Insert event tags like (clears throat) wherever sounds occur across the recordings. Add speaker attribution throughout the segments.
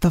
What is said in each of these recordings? Speaker 1: The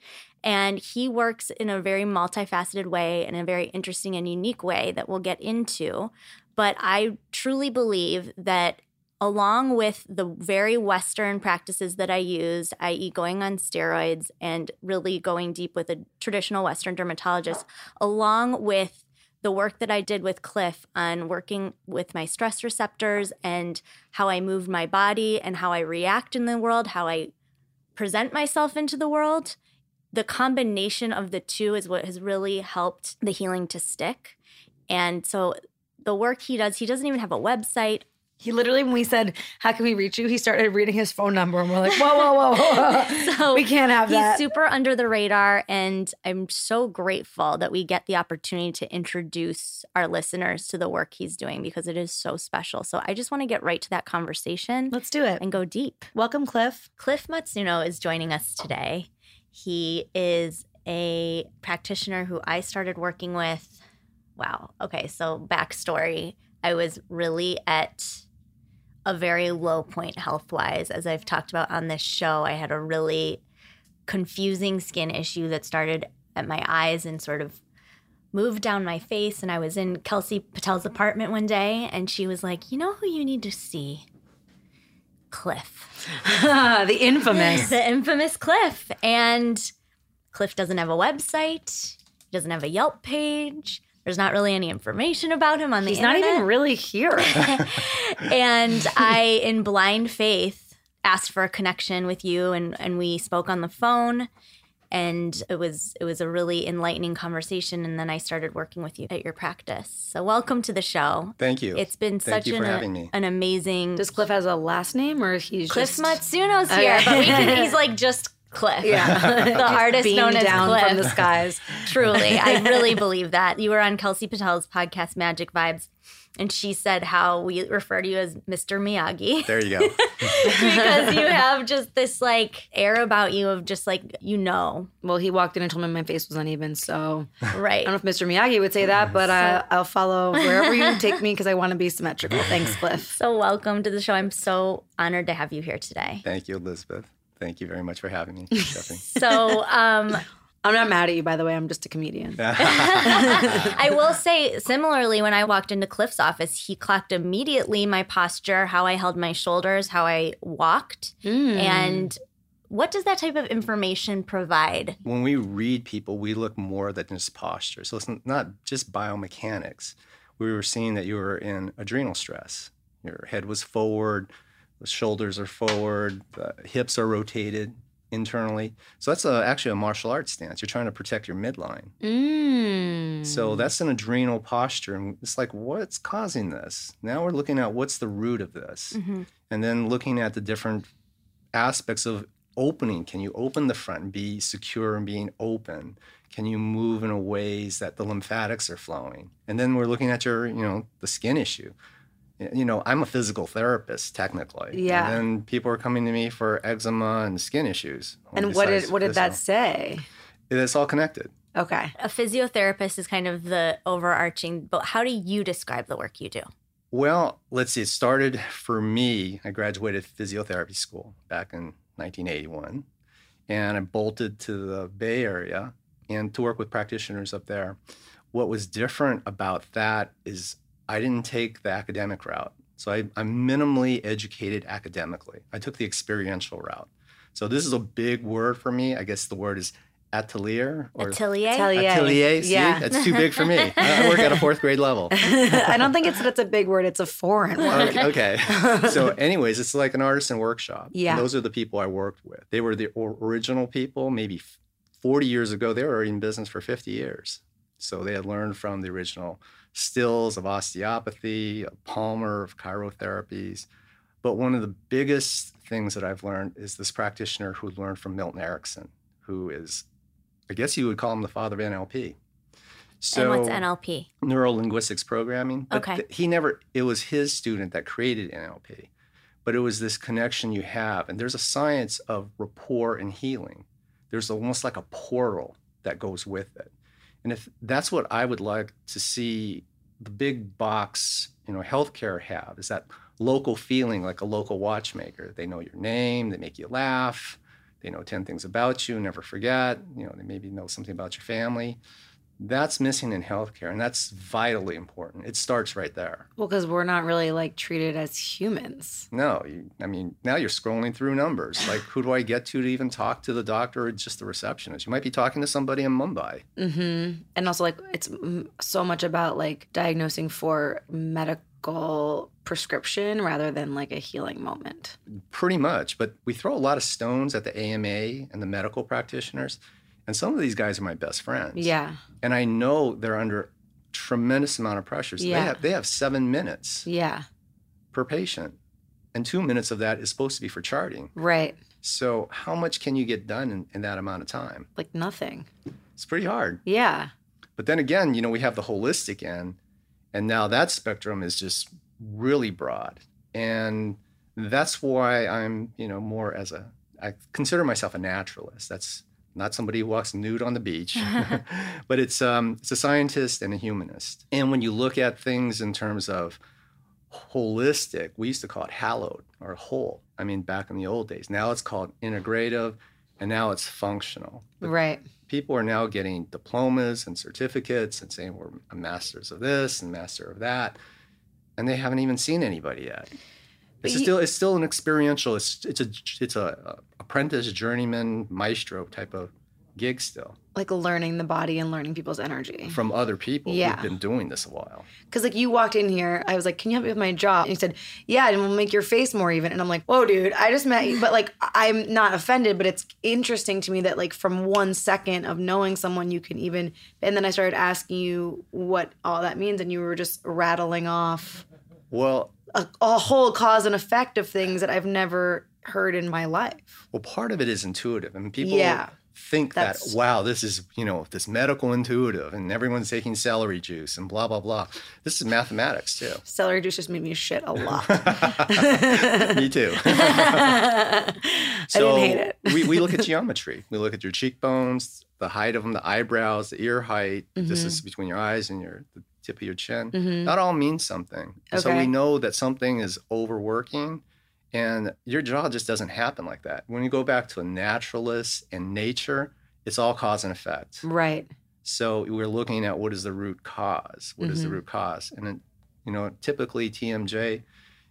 Speaker 2: And he works in a very multifaceted way and a very interesting and unique way that we'll get into. But I truly believe that along with the very Western practices that I used, i.e., going on steroids and really going deep with a traditional Western dermatologist, along with the work that I did with Cliff on working with my stress receptors and how I move my body and how I react in the world, how I present myself into the world, the combination of the two is what has really helped the healing to stick. And so the work he does, he doesn't even have a website.
Speaker 3: He literally, when we said, How can we reach you? He started reading his phone number and we're like, Whoa, whoa, whoa, whoa.
Speaker 2: (laughs) So
Speaker 3: (laughs) we can't have
Speaker 2: he's
Speaker 3: that.
Speaker 2: super under the radar and i'm so grateful that we get the opportunity to introduce our listeners to the work he's doing because it is so special so i just want to get right to that conversation
Speaker 3: Let's do it.
Speaker 2: and go deep
Speaker 3: Welcome, Cliff.
Speaker 2: cliff matsuno is joining us today he is a practitioner who i started working with wow okay so backstory i was really at a very low point health wise. As I've talked about on this show, I had a really confusing skin issue that started at my eyes and sort of moved down my face. And I was in Kelsey Patel's apartment one day, and she was like, You know who you need to see? Cliff.
Speaker 3: the infamous.
Speaker 2: (laughs) The Ah, infamous Cliff. And Cliff doesn't have a website, he doesn't have a Yelp page. There's not really any information about him on the
Speaker 3: He's not
Speaker 2: internet
Speaker 3: even really here.
Speaker 2: (laughs)
Speaker 4: (laughs)
Speaker 2: and I, in blind faith, asked for a connection with you, and and we spoke on the phone, and it was it was a really enlightening conversation. And then I started working with you at your practice. So welcome to the show.
Speaker 4: Thank you.
Speaker 2: It's been
Speaker 4: Thank
Speaker 2: such
Speaker 4: you
Speaker 2: an
Speaker 4: for having me.
Speaker 2: an amazing
Speaker 3: Does Cliff has a last name or he's
Speaker 2: Cliff
Speaker 3: just
Speaker 2: Matsuno's
Speaker 3: Okay.
Speaker 2: here, but we
Speaker 3: (laughs)
Speaker 2: can, he's like just Cliff. (laughs)
Speaker 3: Yeah.
Speaker 2: the artist
Speaker 3: beamed
Speaker 2: known as
Speaker 3: down
Speaker 2: Cliff
Speaker 3: from the skies?
Speaker 2: truly i
Speaker 3: (laughs)
Speaker 2: really believe that you were on kelsey patel's podcast magic vibes and she said how we refer to you as mr miyagi (laughs)
Speaker 4: There you go.
Speaker 2: because you have just this like air about you of just like you know
Speaker 3: Well, he walked in and told me my face was uneven, so (laughs)
Speaker 2: right
Speaker 3: I don't know if Mr. Miyagi would say that, but uh, I'll follow wherever you take me because I want to be symmetrical. Thanks, Cliff.
Speaker 2: so welcome to the show i'm so honored to have you here today
Speaker 4: Thank you, Elizabeth. Thank you very much for having me, Stephanie. (laughs)
Speaker 2: so
Speaker 3: (laughs)
Speaker 2: um
Speaker 3: I'm not mad at you, by the way. I'm just a comedian.
Speaker 2: I will say, similarly, when I walked into Cliff's office, he clocked immediately my posture, how I held my shoulders, how I walked. And what does that type of information provide?
Speaker 4: when we read people, we look more than just posture. So it's n- not just biomechanics. We were seeing that you were in adrenal stress. Your head was forward, the shoulders are forward, the hips are rotated internally. So that's a, actually a martial arts stance. You're trying to protect your midline.
Speaker 3: Mm.
Speaker 4: So that's an adrenal posture. And it's like, what's causing this? Now we're looking at what's the root of this.
Speaker 3: Mm-hmm.
Speaker 4: And then looking at the different aspects of opening. Can you open the front and be secure and being open? Can you move in a ways that the lymphatics are flowing? And then we're looking at your, you know, the skin issue. You know, I'm a physical therapist technically.
Speaker 3: Yeah.
Speaker 4: And then people are coming to me for eczema and skin issues.
Speaker 3: And what did
Speaker 4: Besides
Speaker 3: what did that
Speaker 4: this
Speaker 3: say?
Speaker 4: one. It's all connected.
Speaker 3: Okay. (laughs)
Speaker 2: A physiotherapist is kind of the overarching, but how do you describe the work you do?
Speaker 4: Well, let's see. It started for me. I graduated physiotherapy school back in 1981, and I bolted to the Bay Area and to work with practitioners up there. What was different about that is I didn't take the academic route. So I, I'm minimally educated academically. I took the experiential route. So this is a big word for me. I guess the word is atelier or
Speaker 2: Atelier?
Speaker 3: Atelier.
Speaker 4: atelier. See,
Speaker 3: Yeah.
Speaker 4: that's too big for me.
Speaker 3: (laughs)
Speaker 4: I I work at a fourth grade level.
Speaker 3: I don't think it's that it's a big word. It's a foreign word.
Speaker 4: okay. okay. So, anyways, it's like an artisan workshop. And
Speaker 3: Yeah.
Speaker 4: those are the people I worked with. They were the or- original people. Maybe f- 40 years ago, they were already in business for 50 years. So they had learned from the original stills of osteopathy, of Palmer of chirotherapies. But one of the biggest things that I've learned is this practitioner who learned from Milton Erickson, who is, I guess you would call him the father of NLP. So
Speaker 2: and what's NLP?
Speaker 4: neuro linguistics programming. But
Speaker 2: Okay.
Speaker 4: th- he never, it was his student that created NLP, but it was this connection you have. And there's a science of rapport and healing. There's almost like a portal that goes with it. And if that's what I would like to see the big box, you know, healthcare have is that local feeling like a local watchmaker. They know your name, they make you laugh, they know 10 things about you, never forget, you know, they maybe know something about your family. That's missing in healthcare, and that's vitally important. It starts right there.
Speaker 3: Well, because we're not really like treated as humans.
Speaker 4: No, you, I mean, now you're scrolling through
Speaker 3: (sighs)
Speaker 4: numbers. Like, who do I get to to even talk to the doctor or just the receptionist? You might be talking to somebody in Mumbai.
Speaker 3: hmm And also, like, it's mm, so much about like diagnosing for medical prescription rather than like a healing moment.
Speaker 4: Pretty much. But we throw a lot of stones at the AMA and the medical practitioners. And some of these guys are my best friends.
Speaker 3: Yeah.
Speaker 4: And I know they're under tremendous amount of pressures. They
Speaker 3: Yeah.
Speaker 4: have they have seven minutes
Speaker 3: Yeah.
Speaker 4: per patient. And two minutes of that is supposed to be for charting.
Speaker 3: Right.
Speaker 4: So how much can you get done in, in that amount of time?
Speaker 3: Like nothing.
Speaker 4: It's pretty hard.
Speaker 3: Yeah.
Speaker 4: But then again, you know, we have the holistic end, and now that spectrum is just really broad. And that's why I'm, you know, more as a, I consider myself a naturalist. That's not somebody who walks nude on the beach, (laughs) but it's um, it's a scientist and a humanist. And when you look at things in terms of holistic, we used to call it hallowed or whole. I mean, back in the old days. Now it's called integrative, and now it's functional
Speaker 3: right.
Speaker 4: people are now getting diplomas and certificates and saying we're a masters of this and master of that and they haven't even seen anybody yet
Speaker 3: But
Speaker 4: it's
Speaker 3: you-
Speaker 4: still it's still an experiential it's it's a it's a, a apprentice journeyman maestro type of gig still
Speaker 3: Like learning the body and learning people's energy.
Speaker 4: from other people
Speaker 3: Yeah.
Speaker 4: who've been doing this a while
Speaker 3: Because like you walked in here, I was like, "Can you help me with my jaw?" And you said, "Yeah, and we'll make your face more even." And I'm like, "Whoa, dude! I just met you." But like, I- I'm not offended, but it's interesting to me that like from one second of knowing someone, you can even. And then I started asking you what all that means, and you were just rattling off
Speaker 4: well
Speaker 3: a, a whole cause and effect of things that I've never heard in my life.
Speaker 4: Well, part of it is intuitive, and people
Speaker 3: Yeah.
Speaker 4: think
Speaker 3: That's-
Speaker 4: that wow, this is you know this medical intuitive, and everyone's taking celery juice and blah blah blah. This is mathematics too.
Speaker 3: Celery juice just made me shit a lot.
Speaker 4: Me
Speaker 3: (laughs)
Speaker 4: too. so
Speaker 3: hate it.
Speaker 4: we,
Speaker 3: (laughs)
Speaker 4: we look at geometry. We look at your cheekbones, the height of them, the eyebrows, the ear height, the
Speaker 3: Mm-hmm.
Speaker 4: distance between your eyes and your the tip of your chin. That all means something. And So
Speaker 3: Okay.
Speaker 4: we know that something is overworking and your jaw just doesn't happen like that. When you go back to a naturalist and nature, it's all cause and effect.
Speaker 3: right.
Speaker 4: So we're looking at what is the root cause? What is the
Speaker 3: Mhm.
Speaker 4: root cause? And then, you know, typically TMJ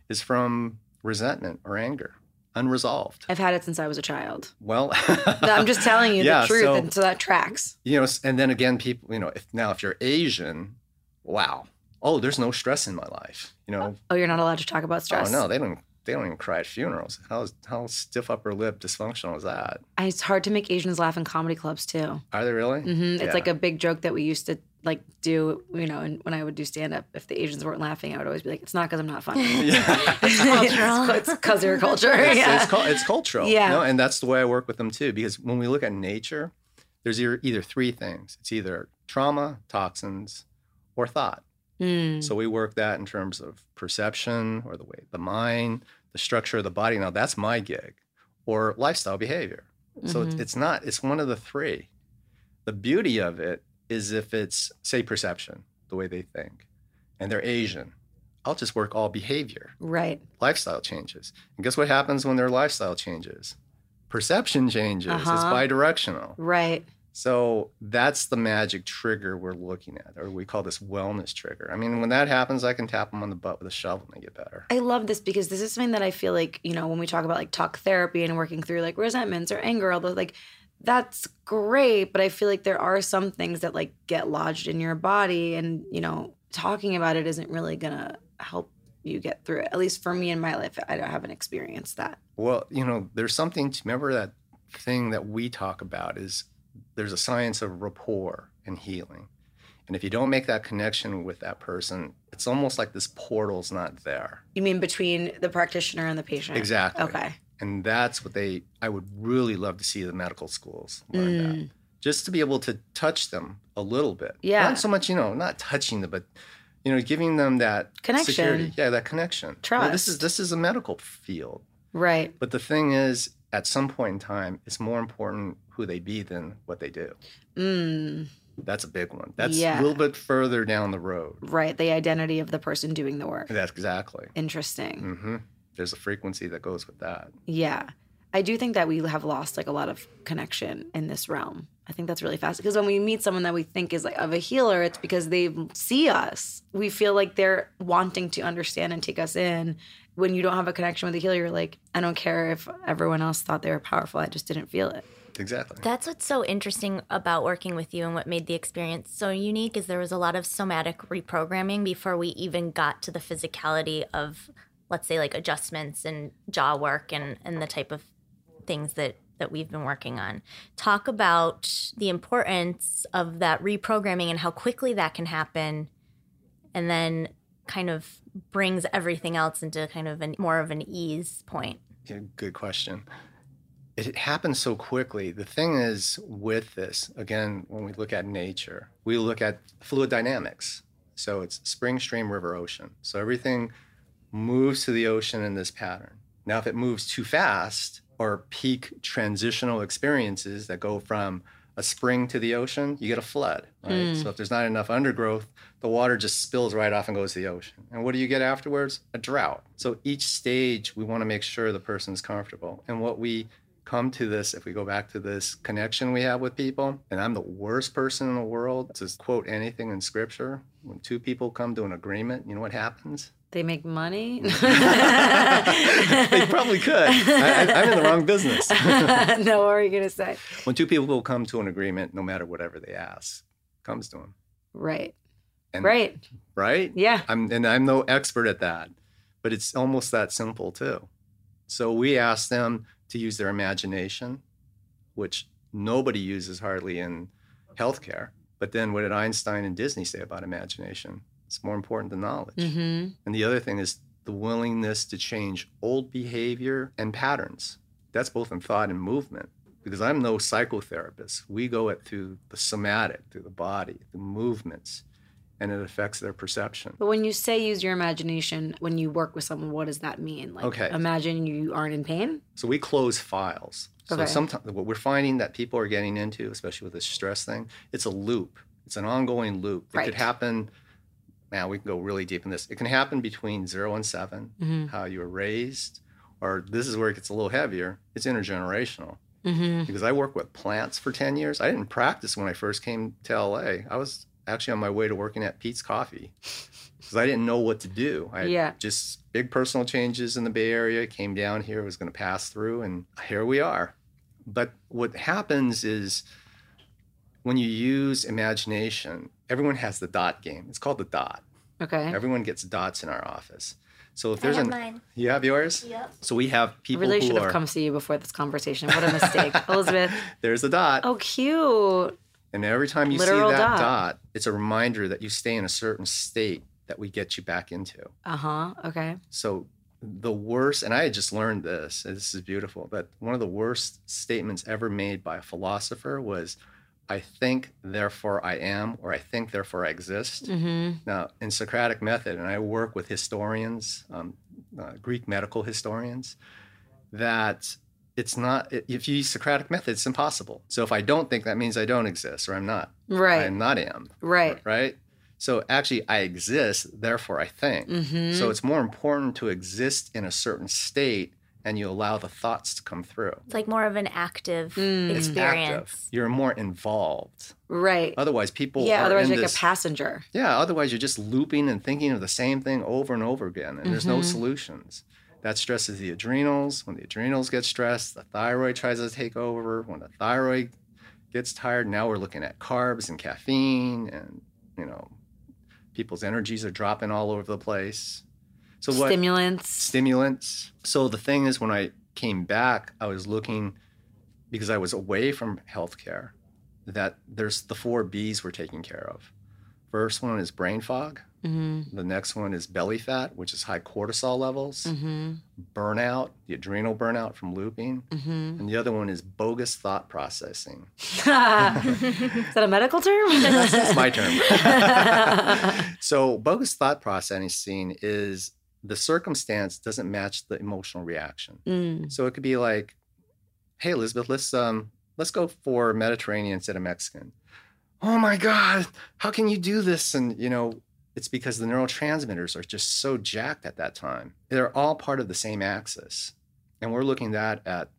Speaker 4: is from resentment or anger, unresolved.
Speaker 3: I've had it since I was a child.
Speaker 4: Well,
Speaker 3: I'm
Speaker 4: (laughs)
Speaker 3: just telling you
Speaker 4: Yeah,
Speaker 3: the truth,
Speaker 4: so-
Speaker 3: and so that tracks.
Speaker 4: you know, s- and then again, people, you know, if now if you're Asian, wow, oh, there's no stress in my life. You know,
Speaker 3: Oh, you're not allowed to talk about stress.
Speaker 4: oh no, they don't, they don't even cry at funerals. How how stiff upper lip dysfunctional is that?
Speaker 3: I- it's hard to make Asians laugh in comedy clubs too.
Speaker 4: Are they really?
Speaker 3: hmm It's
Speaker 4: Yeah.
Speaker 3: like a big joke that we used to like do, you know. And when I would do stand up, if the Asians weren't laughing, I would always be like, "It's not because I'm not
Speaker 4: (laughs)
Speaker 3: funny. (laughs)
Speaker 4: Yeah.
Speaker 3: it's
Speaker 2: cultural.
Speaker 3: because your culture."
Speaker 4: it's,
Speaker 3: yeah.
Speaker 4: it's, cul- it's cultural.
Speaker 3: Yeah.
Speaker 4: No, and that's the way I work with them too. Because when we look at nature, there's either, either three things it's either trauma, toxins, or thought.
Speaker 3: Mm.
Speaker 4: So we work that in terms of perception or the way the mind, the structure of the body. Now, that's
Speaker 3: Mm-hmm.
Speaker 4: my gig, or lifestyle behavior. So it's, it's not, it's one of the three. The beauty of it is if it's, say, perception, the way they think, and they're Asian, I'll just work all behavior,
Speaker 3: Right.
Speaker 4: lifestyle changes. And guess what happens when their lifestyle changes? Perception changes. It's
Speaker 3: Uh-huh.
Speaker 4: bi directional.
Speaker 3: Right.
Speaker 4: So that's the magic trigger we're looking at, or we call this wellness trigger. I mean, when that happens, I can tap them on the butt with a shovel and they get better.
Speaker 3: I love this because this is something that I feel like, you know, when we talk about like talk therapy and working through like resentments or anger, all those like that's great, but I feel like there are some things that like get lodged in your body and, you know, talking about it isn't really going to help you get through it. At least for me in my life, I don't- haven't experienced that.
Speaker 4: Well, you know, there's something to remember that thing that we talk about is there's a science of rapport and healing. And if you don't make that connection with that person, it's almost like this portal's not there.
Speaker 3: You mean between the practitioner and the patient?
Speaker 4: Exactly.
Speaker 3: Okay.
Speaker 4: And that's what they, I would really love to see the medical schools learn that. Just to be able to touch them a little bit.
Speaker 3: Mm. Yeah.
Speaker 4: Not so much, you know, not touching them, but, you know, giving them that
Speaker 3: Connection.
Speaker 4: Security. Yeah, that connection. Well, this is
Speaker 3: Trust.
Speaker 4: this is a medical field.
Speaker 3: Right.
Speaker 4: But the thing is, at some point in time, it's more important who they be than what they do.
Speaker 3: Mm,
Speaker 4: That's a big one. That's
Speaker 3: Yeah.
Speaker 4: a little bit further down the road.
Speaker 3: right. The identity of the person doing the work.
Speaker 4: That's exactly.
Speaker 3: Interesting.
Speaker 4: hmm There's a frequency that goes with that.
Speaker 3: Yeah. I do think that we have lost like a lot of connection in this realm. I think that's really fast because when we meet someone that we think is like of a healer, it's because they see us. We feel like they're wanting to understand and take us in. When you don't have a connection with a healer, you're like, I don't care if everyone else thought they were powerful. I just didn't feel it.
Speaker 4: Exactly.
Speaker 2: That's what's so interesting about working with you and what made the experience so unique is there was a lot of somatic reprogramming before we even got to the physicality of let's say like adjustments and jaw work and and the type of things that that we've been working on. Talk about the importance of that reprogramming and how quickly that can happen and then kind of brings everything else into kind of an more of an ease point.
Speaker 4: Yeah, good question. It happens so quickly. The thing is with this, again, when we look at nature, we look at fluid dynamics. So it's spring, stream, river, ocean. So everything moves to the ocean in this pattern. Now, if it moves too fast or peak transitional experiences that go from a spring to the ocean, you get a flood. Right? So if there's not enough undergrowth, the water just spills right off and goes to the ocean. And what do you get afterwards? A drought. So each stage, we want to make sure the person's comfortable. And what we come to this, if we go back to this connection we have with people, and I'm the worst person in the world to quote anything in scripture. When two people come to an agreement, you know what happens?
Speaker 3: They make
Speaker 4: (laughs)
Speaker 3: money. (laughs)
Speaker 4: they probably could. I, I, I'm in the wrong business. (laughs)
Speaker 3: no, what are you gonna say?
Speaker 4: when two people will come to an agreement, no matter whatever they ask, comes to them.
Speaker 3: Right.
Speaker 4: And,
Speaker 3: Right.
Speaker 4: Right?
Speaker 3: Yeah.
Speaker 4: I'm, and I'm no expert at that, but it's almost that simple too. So we ask them to use their imagination, which nobody uses hardly in healthcare. But then what did Einstein and Disney say about imagination? It's more important than knowledge.
Speaker 3: Mm-hmm.
Speaker 4: And the other thing is the willingness to change old behavior and patterns. That's both in thought and movement. Because I'm no psychotherapist. We go at through the somatic, through the body, the movements, and it affects their perception.
Speaker 3: But when you say use your imagination when you work with someone, what does that mean? Like,
Speaker 4: Okay.
Speaker 3: imagine you aren't in pain.
Speaker 4: So we close files. So
Speaker 3: Okay.
Speaker 4: sometimes what we're finding that people are getting into, especially with this stress thing, it's a loop. It's an ongoing loop. It
Speaker 3: Right.
Speaker 4: could happen. Now we can go really deep in this. It can happen between zero and 7
Speaker 3: Mm-hmm.
Speaker 2: Mm.
Speaker 4: how you were raised, or this is where it gets a little heavier. It's intergenerational
Speaker 3: Mm-hmm.
Speaker 4: because I worked with plants for 10 years. I didn't practice when I first came to LA. I was actually on my way to working at Pete's
Speaker 2: (laughs)
Speaker 4: Coffee because I didn't know what to do. I
Speaker 3: Yeah.
Speaker 4: just big personal changes in the Bay Area, came down here, was going to pass through, and here we are. But what happens is when you use imagination, everyone has the dot game. It's called the dot.
Speaker 3: Okay.
Speaker 4: Everyone gets dots in our office. So
Speaker 2: Mm.
Speaker 4: if
Speaker 2: I
Speaker 4: there's
Speaker 2: have
Speaker 4: an
Speaker 2: mine.
Speaker 4: you have yours?
Speaker 2: Yep.
Speaker 4: So we have
Speaker 3: I
Speaker 4: people
Speaker 3: really
Speaker 4: who
Speaker 3: should have
Speaker 4: are
Speaker 3: come see you before this conversation. What a mistake, Elizabeth.
Speaker 4: (laughs) there's the dot.
Speaker 3: Oh, cute.
Speaker 4: And every time you
Speaker 3: Literal
Speaker 4: see that
Speaker 3: dot.
Speaker 4: dot. it's a reminder that you stay in a certain state that we get you back into.
Speaker 3: Uh huh. Okay.
Speaker 4: So the worst, and I had just learned this, and this is beautiful, that one of the worst statements ever made by a philosopher was, I think, therefore I am, or I think, therefore I exist.
Speaker 3: Mm-hmm.
Speaker 4: Now, in Socratic method, and I work with historians, um, uh, Greek medical historians, that it's not if you use Socratic method, it's impossible. So if I don't think, that means I don't exist or I'm not.
Speaker 3: Right.
Speaker 4: I'm not am.
Speaker 3: Right.
Speaker 4: Right. So actually, I exist, therefore I think.
Speaker 3: Mm-hmm.
Speaker 4: So it's more important to exist in a certain state, and you allow the thoughts to come through.
Speaker 2: It's like more of an active
Speaker 4: It's active.
Speaker 2: experience.
Speaker 4: You're more involved.
Speaker 3: Right.
Speaker 4: Otherwise, people
Speaker 3: yeah.
Speaker 4: Are
Speaker 3: Otherwise,
Speaker 4: in
Speaker 3: you're like
Speaker 4: this,
Speaker 3: a passenger.
Speaker 4: yeah, otherwise you're just looping and thinking of the same thing over and over again, and there's no solutions. That stresses the adrenals. When the adrenals get stressed, the thyroid tries to take over. When the thyroid gets tired, now we're looking at carbs and caffeine, and you know, people's energies are dropping all over the place. So what?
Speaker 3: Stimulants.
Speaker 4: stimulants. So the thing is, when I came back, I was looking because I was away from healthcare. That there's the four B's we're taking care of. First one is brain fog.
Speaker 3: Mm-hmm.
Speaker 4: The next one is belly fat, which is high cortisol levels,
Speaker 3: Mm-hmm.
Speaker 4: burnout, the adrenal burnout from looping,
Speaker 3: Mm-hmm.
Speaker 4: and the other one is bogus thought (laughs) processing.
Speaker 3: (laughs) Is that a medical term?
Speaker 4: It's my term. (laughs) so, bogus thought processing is the circumstance doesn't match the emotional reaction.
Speaker 3: (laughs) Mm.
Speaker 4: So it could be like, "Hey, Elizabeth, let's um, let's go for Mediterranean instead of Mexican." Oh my God, how can you do this? And you know, it's because the neurotransmitters are just so jacked at that time. They're all part of the same axis, and we're looking that at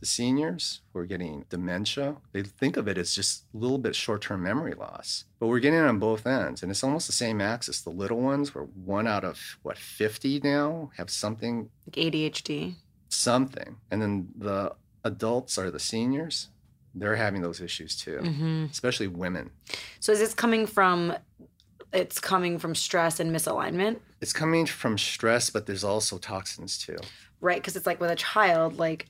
Speaker 4: the seniors who are getting dementia. They think of it as just a little bit short-term memory loss, but we're getting it on both ends, and it's almost the same axis. The little ones, where one out of what 50 now have something
Speaker 3: Like ADHD.
Speaker 4: something. And then the adults are the seniors. They're having those issues too,
Speaker 3: Mm-hmm.
Speaker 4: especially women.
Speaker 3: So is this coming from? It's coming from stress and misalignment,
Speaker 4: It's coming from stress, but there's also toxins too.
Speaker 3: right? Because it's like with a child, like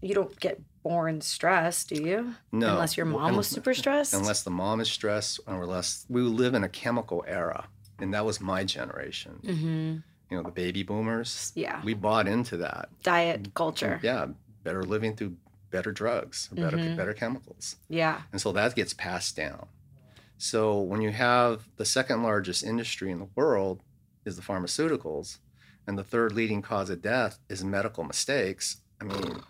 Speaker 3: you don't get born stressed, do you?
Speaker 4: No.
Speaker 3: Unless your mom was
Speaker 4: Un-
Speaker 3: super stressed.
Speaker 4: Unless the mom is stressed, or unless we live in a chemical era. And that was my generation.
Speaker 3: Mhm.
Speaker 4: You know, the baby boomers.
Speaker 3: Yeah.
Speaker 4: We bought into that.
Speaker 3: diet culture.
Speaker 4: Yeah. Better living through better drugs, better,
Speaker 3: Mm-hmm.
Speaker 4: better chemicals.
Speaker 3: Yeah.
Speaker 4: And so that gets passed down. So when you have the second largest industry in the world is the pharmaceuticals, and the third leading cause of death is medical mistakes, I mean,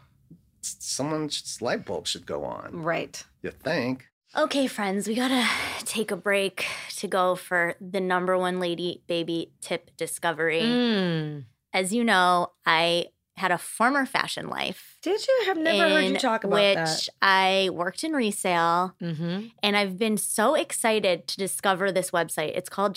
Speaker 4: s- someone's light bulb should go on.
Speaker 3: Right.
Speaker 4: You think?
Speaker 2: Okay, friends, we gotta take a break to go for the number one lady baby tip discovery. As you know, I had a former fashion life.
Speaker 3: Did you have never heard you
Speaker 2: in
Speaker 3: talk about
Speaker 2: which
Speaker 3: that?
Speaker 2: I worked in resale
Speaker 3: Mm-hmm.
Speaker 2: and I've been so excited to discover this website. It's called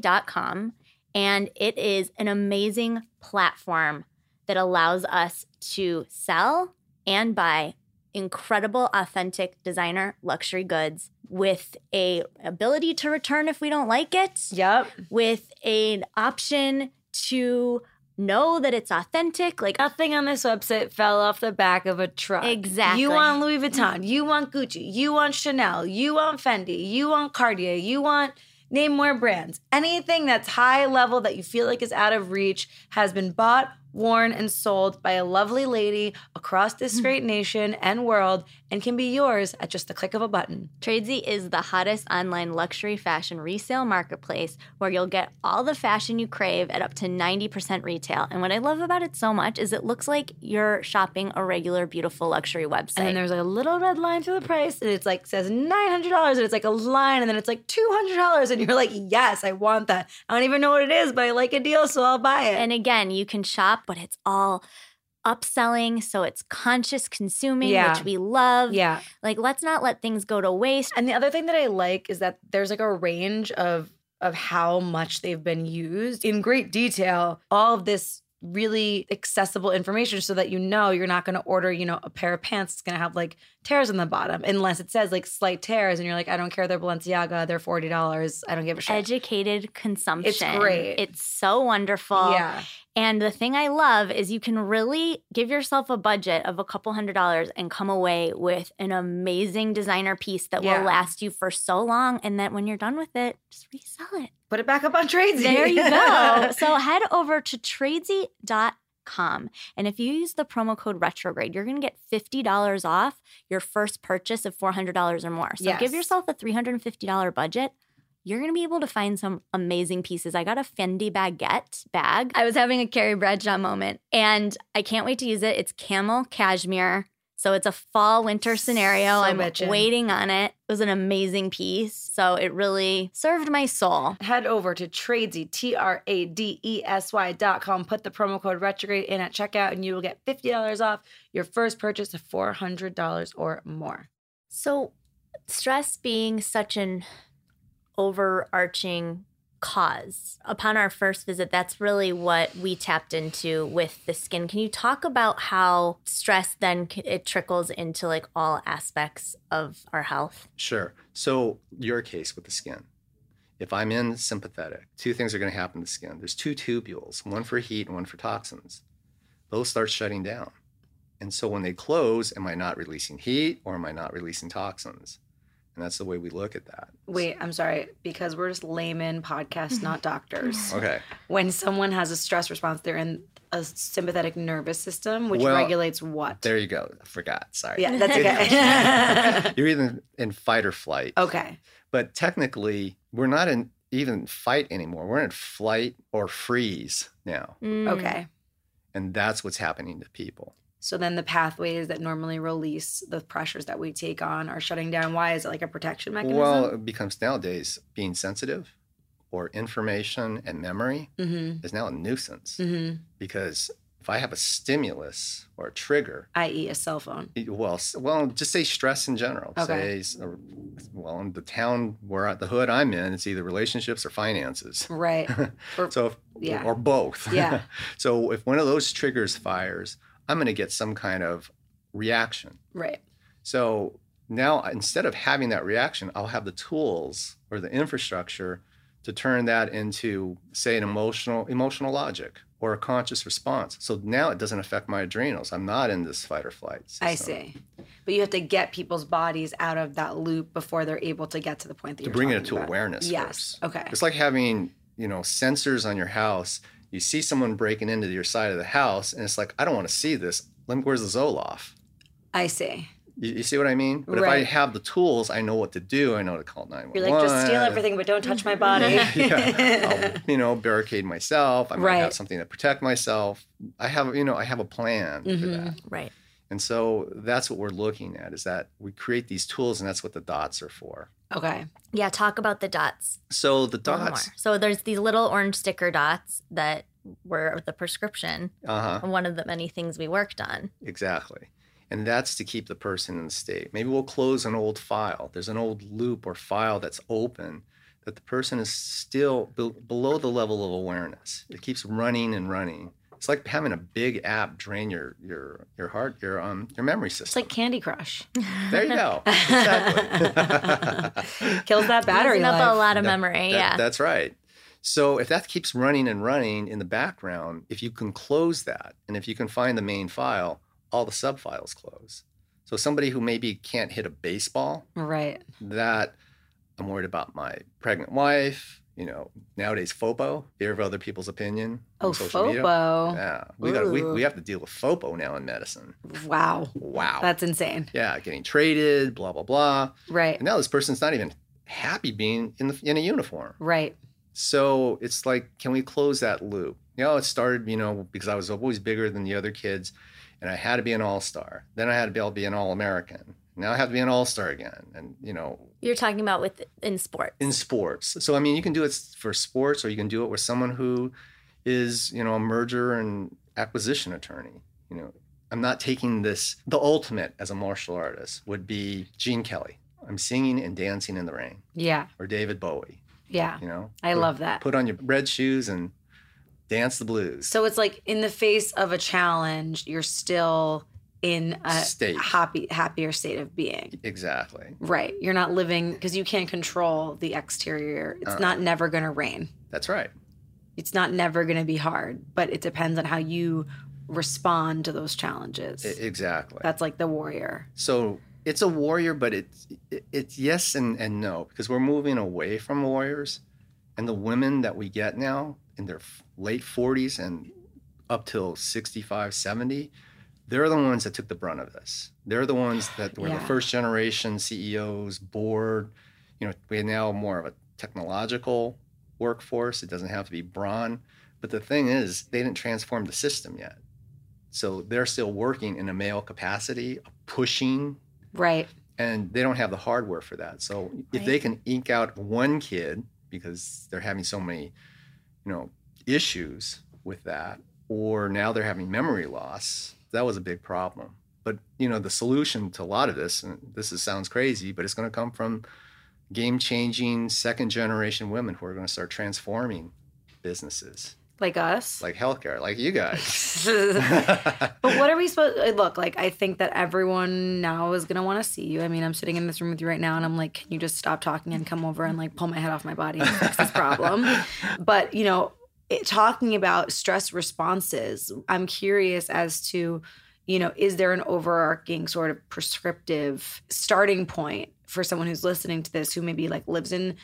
Speaker 2: tradesy.com and it is an amazing platform that allows us to sell and buy incredible authentic designer luxury goods with a ability to return if we don't like it
Speaker 3: Yep.
Speaker 2: with an option to know that it's authentic like
Speaker 3: Nothing on this website fell off the back of a truck.
Speaker 2: Exactly.
Speaker 3: You want Louis Vuitton. You want Gucci. You want Chanel. You want Fendi. You want Cartier. You want name more brands. Anything that's high level that you feel like is out of reach has been bought, worn, and sold by a lovely lady across this great nation and world and can be yours at just the click of a button.
Speaker 2: Tradesy is the hottest online luxury fashion resale marketplace where you'll get all the fashion you crave at up to 90% retail. And what I love about it so much is it looks like you're shopping a regular beautiful luxury website.
Speaker 3: And then there's like a little red line through the price, and it's like says nine hundred dollars, and it's like a line, and then it's like two hundred dollars, and you're like, yes, I want that. I don't even know what it is, but I like a deal, so I'll buy it.
Speaker 2: and again, you can shop, but it's all upselling, so it's conscious consuming,
Speaker 3: Yeah.
Speaker 2: which we love.
Speaker 3: yeah.
Speaker 2: Like let's not let things go to waste.
Speaker 3: And the other thing that I like is that there's like a range of of how much they've been used in great detail. All of this really accessible information so that you know you're not going to order, you know, a pair of pants that's going to have like tears on the bottom unless it says like slight tears and you're like I don't care they're Balenciaga, they're $40, I don't give a shit.
Speaker 2: Educated consumption.
Speaker 3: great.
Speaker 2: It's so wonderful.
Speaker 3: yeah.
Speaker 2: And the thing I love is you can really give yourself a budget of a couple hundred dollars and come away with an amazing designer piece that
Speaker 3: Yeah.
Speaker 2: will last you for so long. And that when you're done with it, just resell it.
Speaker 3: Put it back up on Tradesy.
Speaker 2: There you (laughs)
Speaker 3: (laughs)
Speaker 2: go. so head over to tradesy.com. And if you use the promo code retrograde, you're going to get $50 off your first purchase of $400 or more. So
Speaker 3: Yes.
Speaker 2: give yourself a $350 budget. you're going to be able to find some amazing pieces. I got a Fendi baguette bag. I was having a Carrie Bradshaw moment and I can't wait to use it. It's camel cashmere. So it's a fall winter scenario.
Speaker 3: So
Speaker 2: I'm
Speaker 3: bitchin'.
Speaker 2: waiting on it. It was an amazing piece. So it really served my soul.
Speaker 3: Head over to Tradesy, T R A D E S Y dot com. Put the promo code retrograde in at checkout, and you will get $50 off your first purchase of $400 or more.
Speaker 2: So, stress being such an overarching cause, upon our first visit, that's really what we tapped into with the skin. Can you talk about how stress then c- it trickles into like all aspects of our health?
Speaker 4: Sure. So, your case with the skin. If I'm in sympathetic, two things are going to happen to the skin. There's two tubules, one for heat and one for toxins. Those start shutting down. And so, when they close, am I not releasing heat or am I not releasing toxins? And that's the way we look at that.
Speaker 3: Wait, I'm sorry, because we're just laymen podcasts, not doctors.
Speaker 4: Okay.
Speaker 3: When someone has a stress response, they're in a sympathetic nervous system, which
Speaker 4: Well,
Speaker 3: regulates what?
Speaker 4: There you go. I forgot. Sorry.
Speaker 3: Yeah, that's (laughs) okay.
Speaker 4: You're either in fight or flight.
Speaker 3: okay.
Speaker 4: But technically, we're not in even fight anymore. We're in flight or freeze now.
Speaker 2: Mm.
Speaker 3: Okay.
Speaker 4: And that's what's happening to people.
Speaker 3: So then the pathways that normally release the pressures that we take on are shutting down. Why is it like a protection mechanism?
Speaker 4: Well, it becomes nowadays being sensitive or information and memory
Speaker 3: mm-hmm.
Speaker 4: is now a nuisance
Speaker 3: Mm-hmm.
Speaker 4: because if I have a stimulus or a trigger,
Speaker 3: I.e., E, a cell phone.
Speaker 4: it- well, s- well, just say stress in general. Say,
Speaker 3: Okay.
Speaker 4: s- or- well, in the town where I- the hood I'm in, it's either relationships or finances. (laughs)
Speaker 3: Right. Or-
Speaker 4: So, if,
Speaker 3: yeah.
Speaker 4: or both.
Speaker 3: Yeah.
Speaker 4: (laughs) so, if one of those triggers fires, I'm going to get some kind of reaction.
Speaker 3: right.
Speaker 4: So now instead of having that reaction, I'll have the tools or the infrastructure to turn that into, say, an emotional emotional logic or a conscious response. So now it doesn't affect my adrenals. I'm not in this fight or flight. System.
Speaker 3: I see. But you have to get people's bodies out of that loop before they're able to get to the point that
Speaker 4: To
Speaker 3: you're
Speaker 4: bring it
Speaker 3: talking
Speaker 4: to
Speaker 3: about.
Speaker 4: awareness.
Speaker 3: Yes.
Speaker 4: first.
Speaker 3: Okay.
Speaker 4: It's like having you know sensors on your house. You see someone breaking into your side of the house, and it's like, I don't want to see this. Let me, where's the Zoloft?
Speaker 3: I see.
Speaker 4: You, you see what I mean? But if
Speaker 3: Right.
Speaker 4: I have the tools, I know what to do. I know to call 911.
Speaker 3: You're like, just steal everything, but don't touch my body.
Speaker 4: (laughs)
Speaker 3: (laughs)
Speaker 4: yeah, I'll, you know, barricade myself. I might
Speaker 3: Right.
Speaker 4: have something to protect myself. I have, you know, I have a plan for
Speaker 3: Mhm.
Speaker 4: that.
Speaker 2: Right.
Speaker 4: And so that's what we're looking at is that we create these tools and that's what the dots are for.
Speaker 3: okay.
Speaker 2: Yeah, talk about the dots.
Speaker 4: So the
Speaker 2: a little
Speaker 4: dots,
Speaker 2: more. So there's these little orange sticker dots that were the prescription,
Speaker 4: uh huh,
Speaker 2: one of the many things we worked on.
Speaker 4: exactly. And that's to keep the person in the state. Maybe we'll close an old file. There's an old loop or file that's open that the person is still be- below the level of awareness. It keeps running and running. It's like having a big app drain your your your heart your um your memory
Speaker 3: It's
Speaker 4: system.
Speaker 3: like Candy Crush.
Speaker 4: There you
Speaker 3: (laughs)
Speaker 4: go. Exactly. (laughs)
Speaker 3: Kills (laughs) that battery
Speaker 2: Using up
Speaker 3: life.
Speaker 2: a lot of
Speaker 4: That-
Speaker 2: memory.
Speaker 4: That-
Speaker 2: yeah.
Speaker 4: That's right. So if that keeps running and running in the background, if you can close that and if you can find the main file, all the subfiles close. So somebody who maybe can't hit a baseball,
Speaker 3: Right.
Speaker 4: that I'm worried about my pregnant wife, you know, nowadays FOPO, fear of other people's opinion. on
Speaker 3: Oh,
Speaker 4: social media.
Speaker 3: Fopo.
Speaker 4: Yeah. We got we,
Speaker 3: Ooh.
Speaker 4: we have to deal with FOPO now in medicine.
Speaker 3: Wow.
Speaker 4: Wow.
Speaker 3: That's insane.
Speaker 4: yeah, getting traded, blah blah blah.
Speaker 3: Right.
Speaker 4: And now this person's not even happy being in the, in a uniform.
Speaker 3: Right.
Speaker 4: So it's like, can we close that loop? You know, it started, you know, because I was always bigger than the other kids, and I had to be an all star. Then I had to be able to be an all American. Now I have to be an all star again, and you know,
Speaker 2: You're talking about with in sports.
Speaker 4: in sports. So I mean, you can do it for sports, or you can do it with someone who is, you know, a merger and acquisition attorney. You know, I'm not taking this. The ultimate as a martial artist would be Gene Kelly. I'm singing and dancing in the rain,
Speaker 3: Yeah.
Speaker 4: or David Bowie.
Speaker 3: Yeah.
Speaker 4: You know,
Speaker 3: I
Speaker 4: Put-
Speaker 3: love that.
Speaker 4: Put on your red shoes and dance the blues.
Speaker 3: So it's like in the face of a challenge, you're still in a
Speaker 4: State.
Speaker 3: happy happier state of being.
Speaker 4: exactly.
Speaker 3: Right. You're not living because you can't control the exterior. It's
Speaker 4: Uh-uh.
Speaker 3: not never going to rain.
Speaker 4: That's right.
Speaker 3: It's not never going to be hard, but it depends on how you respond to those challenges.
Speaker 4: I- E-, exactly.
Speaker 3: That's like the warrior.
Speaker 4: so it's a warrior, but it's it, it's yes and, and no because we're moving away from warriors, and the women that we get now in their f- late forties and up till 65, 70, they're the ones that took the brunt of this. They're the ones that were
Speaker 3: Yeah.
Speaker 4: E the first generation CEOs, board. You know, we're now more of a technological workforce. It doesn't have to be brawn. But the thing is, they didn't transform the system yet. So they're still working in a male capacity, pushing,
Speaker 3: Right.
Speaker 4: and they don't have the hardware for that. So if they
Speaker 2: Right.
Speaker 4: can ink out one kid because they're having so many, you know, issues with that, or now they're having memory loss, that was a big problem. But you know, the solution to a lot of this, and this is, sounds crazy, but it's going to come from game-changing second-generation women who are going to start transforming businesses
Speaker 3: Like us.
Speaker 4: like healthcare, like you
Speaker 3: (laughs)
Speaker 4: guys. (laughs)
Speaker 3: But what are we supposed to look like? I think that everyone now is gonna want to see you. I mean, I'm sitting in this room with you right now, and I'm like, can you just stop talking and come over and like pull my head off my body and fix this
Speaker 4: (laughs)
Speaker 3: problem? but you know, it, talking about stress responses, I'm curious as to, you know, is there an overarching sort of prescriptive starting point for someone who's listening to this who maybe like lives in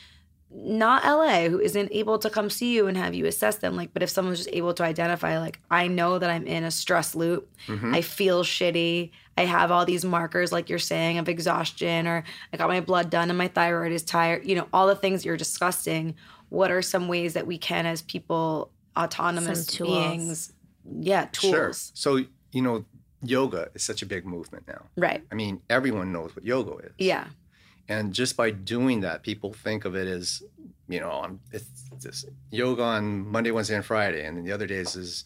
Speaker 3: not LA who isn't able to come see you and have you assess them. Like, but if someone's just able to identify, like, I know that I'm in a stress loop,
Speaker 4: Mm-hmm.
Speaker 2: Mm-hmm.
Speaker 3: I feel shitty, I have all these markers, like you're saying, of exhaustion, or I got my blood done and my thyroid is tired, you know, all the things you're discussing. What are some ways that we can, as people, autonomous
Speaker 2: Some tools.
Speaker 3: beings, yeah, tools,
Speaker 4: So, you know, yoga is such a big movement now.
Speaker 3: right?
Speaker 4: I mean, everyone knows what yoga is.
Speaker 3: Yeah,
Speaker 4: And just by doing that, people think of it as, you know, I'm, it's this yoga on Monday, Wednesday, and Friday, and then the other days is,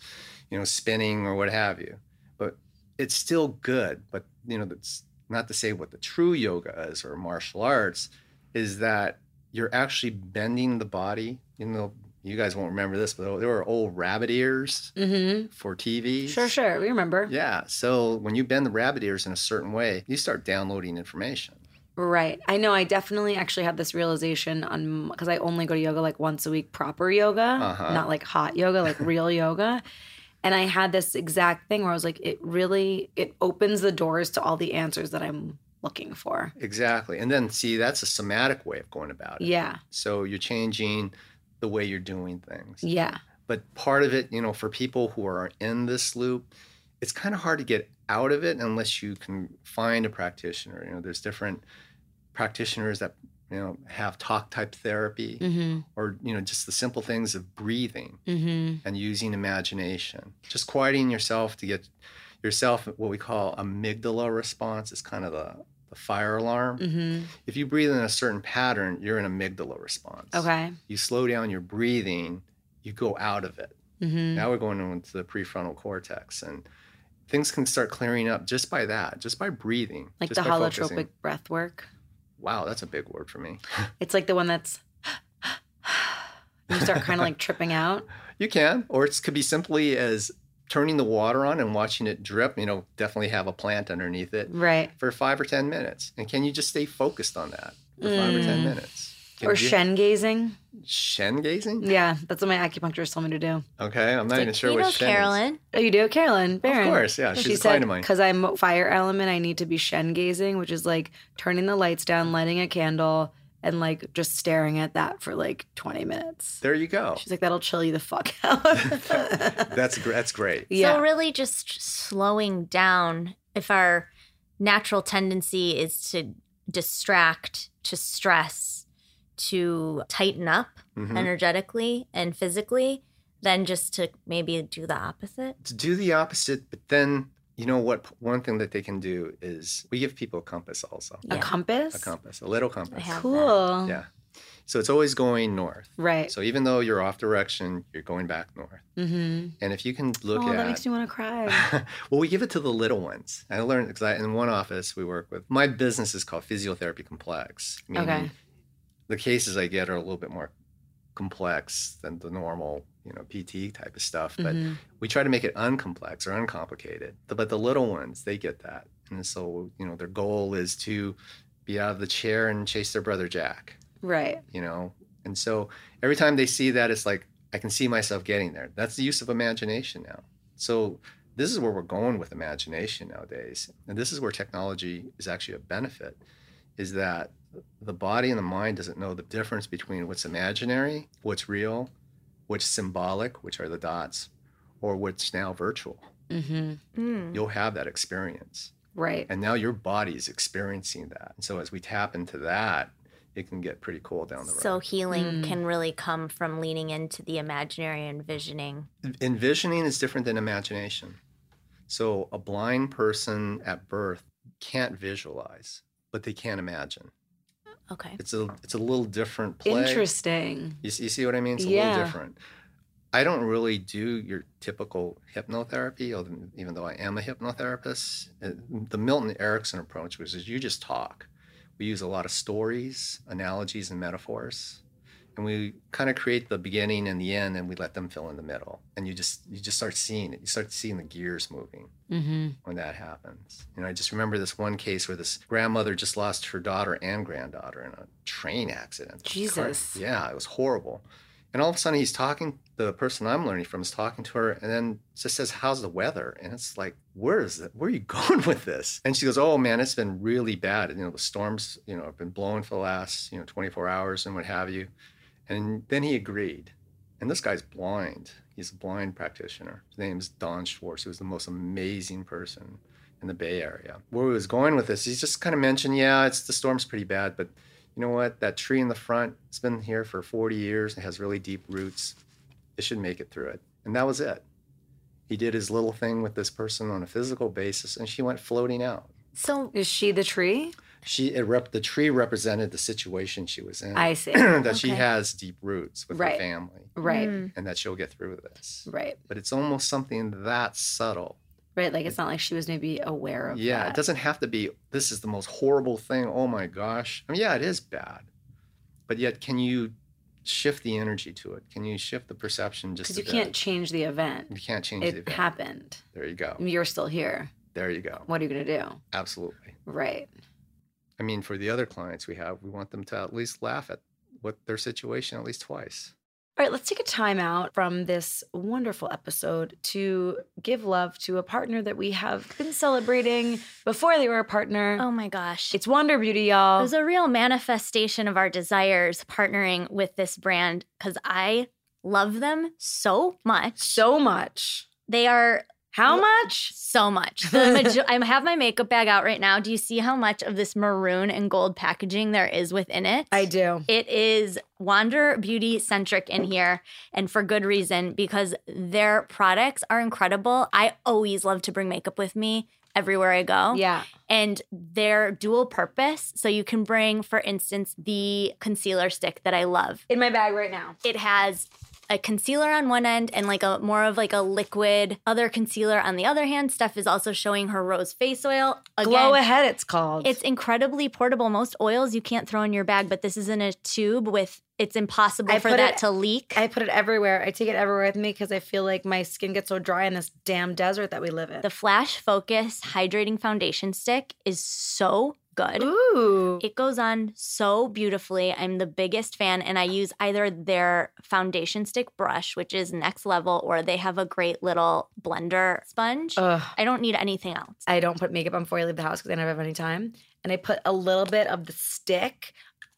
Speaker 4: you know, spinning or what have you. But it's still good. But you know, that's not to say what the true yoga is or martial arts is that you're actually bending the body. You know, you guys won't remember this, but there were old rabbit ears
Speaker 3: mm-hmm.
Speaker 4: for TV.
Speaker 3: sure, sure, we remember,
Speaker 4: Yeah. So when you bend the rabbit ears in a certain way, you start downloading information.
Speaker 3: Right. I know. I definitely actually had this realization on because I only go to yoga like once a week, proper yoga,
Speaker 4: Uh-huh.
Speaker 3: not like hot yoga,
Speaker 4: (laughs)
Speaker 3: like real yoga. And I had this exact thing where I was like, it really it opens the doors to all the answers that I'm looking for.
Speaker 4: Exactly. And then see, that's a somatic way of going about it.
Speaker 3: Yeah.
Speaker 4: So you're changing the way you're doing things.
Speaker 3: Yeah.
Speaker 4: But part of it, you know, for people who are in this loop, it's kind of hard to get out of it unless you can find a practitioner. You know, there's different practitioners that, you know, have talk type therapy
Speaker 3: Mm-hmm.
Speaker 4: or, you know, just the simple things of breathing
Speaker 3: Mm-hmm.
Speaker 4: and using imagination. Just quieting yourself to get yourself what we call amygdala response is kind of the, the fire alarm.
Speaker 3: Mm-hmm.
Speaker 4: If you breathe in a certain pattern, you're in amygdala response.
Speaker 3: Okay.
Speaker 4: You slow down your breathing, you go out of it.
Speaker 3: Mm-hmm.
Speaker 4: Now we're going into the prefrontal cortex and things can start clearing up just by that, just by breathing.
Speaker 3: Like
Speaker 4: just
Speaker 3: the
Speaker 4: by
Speaker 3: holotropic
Speaker 4: focusing.
Speaker 3: breath work.
Speaker 4: Wow, that's a big word for me.
Speaker 3: It's like the one that's you start kind of
Speaker 4: (laughs)
Speaker 3: like tripping out.
Speaker 4: You can, or it could be simply as turning the water on and watching it drip, you know, definitely have a plant underneath it.
Speaker 3: Right.
Speaker 4: for five or ten minutes? And can you just stay focused on that for five or ten minutes? Can
Speaker 3: Mm. or
Speaker 4: you-
Speaker 3: Shen Mm. gazing.
Speaker 4: Shen gazing?
Speaker 3: Yeah, that's what my acupuncturist told me to do.
Speaker 4: Okay, I'm not even
Speaker 2: Like,
Speaker 4: sure
Speaker 2: you
Speaker 4: what
Speaker 2: know
Speaker 4: Shen
Speaker 2: Carolyn.
Speaker 3: Oh, you do, Carolyn Barron.
Speaker 4: course, yeah, she's a client of mine.
Speaker 3: Because I'm fire element, I need to be Shen gazing, which is like turning the lights down, lighting a candle, and like just staring at that for like 20 minutes.
Speaker 4: is. There you go.
Speaker 3: (laughs) She's like, that'll chill you the fuck (laughs)
Speaker 4: (laughs)
Speaker 3: out.
Speaker 4: That's gr- that's great.
Speaker 3: (laughs) yeah.
Speaker 2: So really just slowing down if our natural tendency is to distract, to stress, to tighten up
Speaker 4: Mhm.
Speaker 2: energetically and physically, then just to maybe do the opposite.
Speaker 4: To do the opposite, but then you know what? One thing that they can do is we give people a compass also.
Speaker 3: a
Speaker 2: Yeah.
Speaker 3: compass?
Speaker 4: A compass, a little compass.
Speaker 2: have
Speaker 3: Cool.
Speaker 4: Yeah. So it's always going north.
Speaker 3: Right.
Speaker 4: So even though you're off direction, you're going back north.
Speaker 3: mm-hmm.
Speaker 4: And if you can look
Speaker 3: oh,
Speaker 4: at
Speaker 3: that makes me want to cry.
Speaker 4: (laughs) well, we give it to the little ones. I learned because in one office we work with, my business is called Physiotherapy Complex. meaning
Speaker 3: Okay.
Speaker 4: The cases I get are a little bit more complex than the normal, you know, PT type of stuff. (sighs) But
Speaker 3: Mhm.
Speaker 4: we try to make it uncomplex or uncomplicated. But the little ones, they get that. And so, you know, their goal is to be out of the chair and chase their brother Jack,
Speaker 3: Right.
Speaker 4: you know? And so every time they see that, it's like, I can see myself getting there. That's the use of imagination now. So this is where we're going with imagination nowadays. And this is where technology is actually a benefit is that the body and the mind doesn't know the difference between what's imaginary, what's real, what's symbolic, which are the dots, or what's now virtual.
Speaker 3: Mm-hmm.
Speaker 2: Mm.
Speaker 4: You'll have that experience.
Speaker 3: Right.
Speaker 4: And now your body's experiencing that. And so as we tap into that, it can get pretty cool down the road.
Speaker 2: So healing
Speaker 4: Hmm.
Speaker 2: can really come from leaning into the imaginary and visioning.
Speaker 4: envisioning is different than imagination. So a blind person at birth can't visualize, but they can imagine.
Speaker 2: Okay.
Speaker 4: It's a it's a little different play.
Speaker 3: Interesting.
Speaker 4: You, see- you see what I mean? It's a
Speaker 3: Yeah.
Speaker 4: little different. I don't really do your typical hypnotherapy, although- even though I am a hypnotherapist. Uh, The Milton Erickson approach, which is you just talk. We use a lot of stories, analogies, and metaphors, and we kind of create the beginning and the end, and we let them fill in the middle. And you just you just start seeing it. You start seeing the gears moving
Speaker 3: Mm-hmm.
Speaker 4: when that happens. You know, I just remember this one case where this grandmother just lost her daughter and granddaughter in a train accident. It was cra-
Speaker 3: Jesus.
Speaker 4: Yeah, it was horrible. And all of a sudden, he's talking. The person I'm learning from is talking to her, and then just says, "How's the weather?" And it's like, "Where is it? Where are you (laughs) going with this?" And she goes, "Oh man, it's been really bad. You know, the storms, you know, have been blowing for the last, you know, 24 hours and what have you." And then he agreed. And this guy's blind. He's a blind practitioner. His name's Don Schwartz, who's the most amazing person in the Bay Area. Where he was going with this, he's just kind of mentioned, yeah, it's the storm's pretty bad, but you know what? That tree in the front, it's been here for 40 years. It has really deep roots. It should make it through it. And that was it. He did his little thing with this person on a physical basis, and she went floating out.
Speaker 2: So
Speaker 3: Is she the tree?
Speaker 4: She it rep, the tree represented the situation she was in.
Speaker 3: I see.
Speaker 4: (clears throat) that she
Speaker 2: Okay.
Speaker 4: has deep roots with
Speaker 3: Right.
Speaker 4: her family
Speaker 3: Right.
Speaker 2: Mm,
Speaker 4: and that she'll get through this.
Speaker 3: Right.
Speaker 4: But it's almost something that subtle.
Speaker 3: Right. Like it's not like she was maybe aware of
Speaker 4: Yeah, it
Speaker 3: that.
Speaker 4: doesn't have to be, this is the most horrible thing. Oh my gosh. I mean, yeah, it is bad. But yet, can you shift the energy to it? Can you shift the perception just
Speaker 3: Because
Speaker 4: a
Speaker 3: you
Speaker 4: bit?
Speaker 3: can't change the event.
Speaker 4: You can't change the
Speaker 3: It
Speaker 4: event.
Speaker 3: happened.
Speaker 4: There you go.
Speaker 3: You're still here.
Speaker 4: There you go.
Speaker 3: What are you going to do?
Speaker 4: Absolutely.
Speaker 3: Right.
Speaker 4: I mean, for the other clients we have, we want them to at least laugh at what their situation at least twice.
Speaker 3: All right, let's take a time out from this wonderful episode to give love to a partner that we have been celebrating before they were a partner.
Speaker 2: oh my gosh.
Speaker 3: It's Wonder Beauty, y'all.
Speaker 2: It was a real manifestation of our desires partnering with this brand because I love them so much.
Speaker 3: so much.
Speaker 2: they are
Speaker 3: How
Speaker 2: Well,
Speaker 3: much?
Speaker 2: so much.
Speaker 3: (laughs)
Speaker 2: The majo- I have my makeup bag out right now. Do you see how much of this maroon and gold packaging there is within it?
Speaker 3: I do.
Speaker 2: It is Wander Beauty centric in here, and for good reason because their products are incredible. I always love to bring makeup with me everywhere I go.
Speaker 3: Yeah.
Speaker 2: And they're dual purpose. So you can bring, for instance, the concealer stick that I love.
Speaker 3: In my bag right now.
Speaker 2: It has a concealer on one end and like a more of like a liquid other concealer on the other hand. Steph is also showing her rose face oil. Again,
Speaker 3: Glow ahead, it's called.
Speaker 2: it's incredibly portable. Most oils you can't throw in your bag, but this is in a tube with it's impossible
Speaker 3: I
Speaker 2: for
Speaker 3: put
Speaker 2: that
Speaker 3: it-
Speaker 2: to leak.
Speaker 3: I put it everywhere. I take it everywhere with me because I feel like my skin gets so dry in this damn desert that we live in.
Speaker 2: the Flash Focus Hydrating Foundation Stick is so good.
Speaker 3: Ooh.
Speaker 2: It goes on so beautifully. I'm the biggest fan, and I use either their foundation stick brush, which is next level, or they have a great little blender sponge.
Speaker 3: Ugh.
Speaker 2: I don't need anything else.
Speaker 3: I don't put makeup on before I leave the house because I never have any time. And I put a little bit of the stick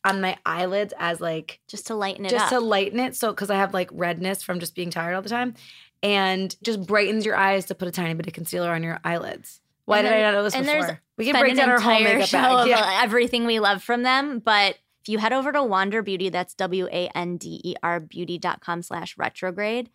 Speaker 3: on my eyelids as like
Speaker 2: Just to lighten it
Speaker 3: just
Speaker 2: up.
Speaker 3: to lighten it. So because I have like redness from just being tired all the time, and just brightens your eyes to put a tiny bit of concealer on your eyelids. Why
Speaker 2: And
Speaker 3: did
Speaker 2: then-
Speaker 3: I not know this
Speaker 2: and there's
Speaker 3: before? We can
Speaker 2: spend
Speaker 3: break
Speaker 2: an
Speaker 3: down our whole
Speaker 2: entire
Speaker 3: makeup
Speaker 2: show
Speaker 3: bag.
Speaker 2: of (laughs)
Speaker 3: Yeah.
Speaker 2: uh, everything we love from them. But if you head over to Wander Beauty, that's W A N D E R beauty.com slash retrograde,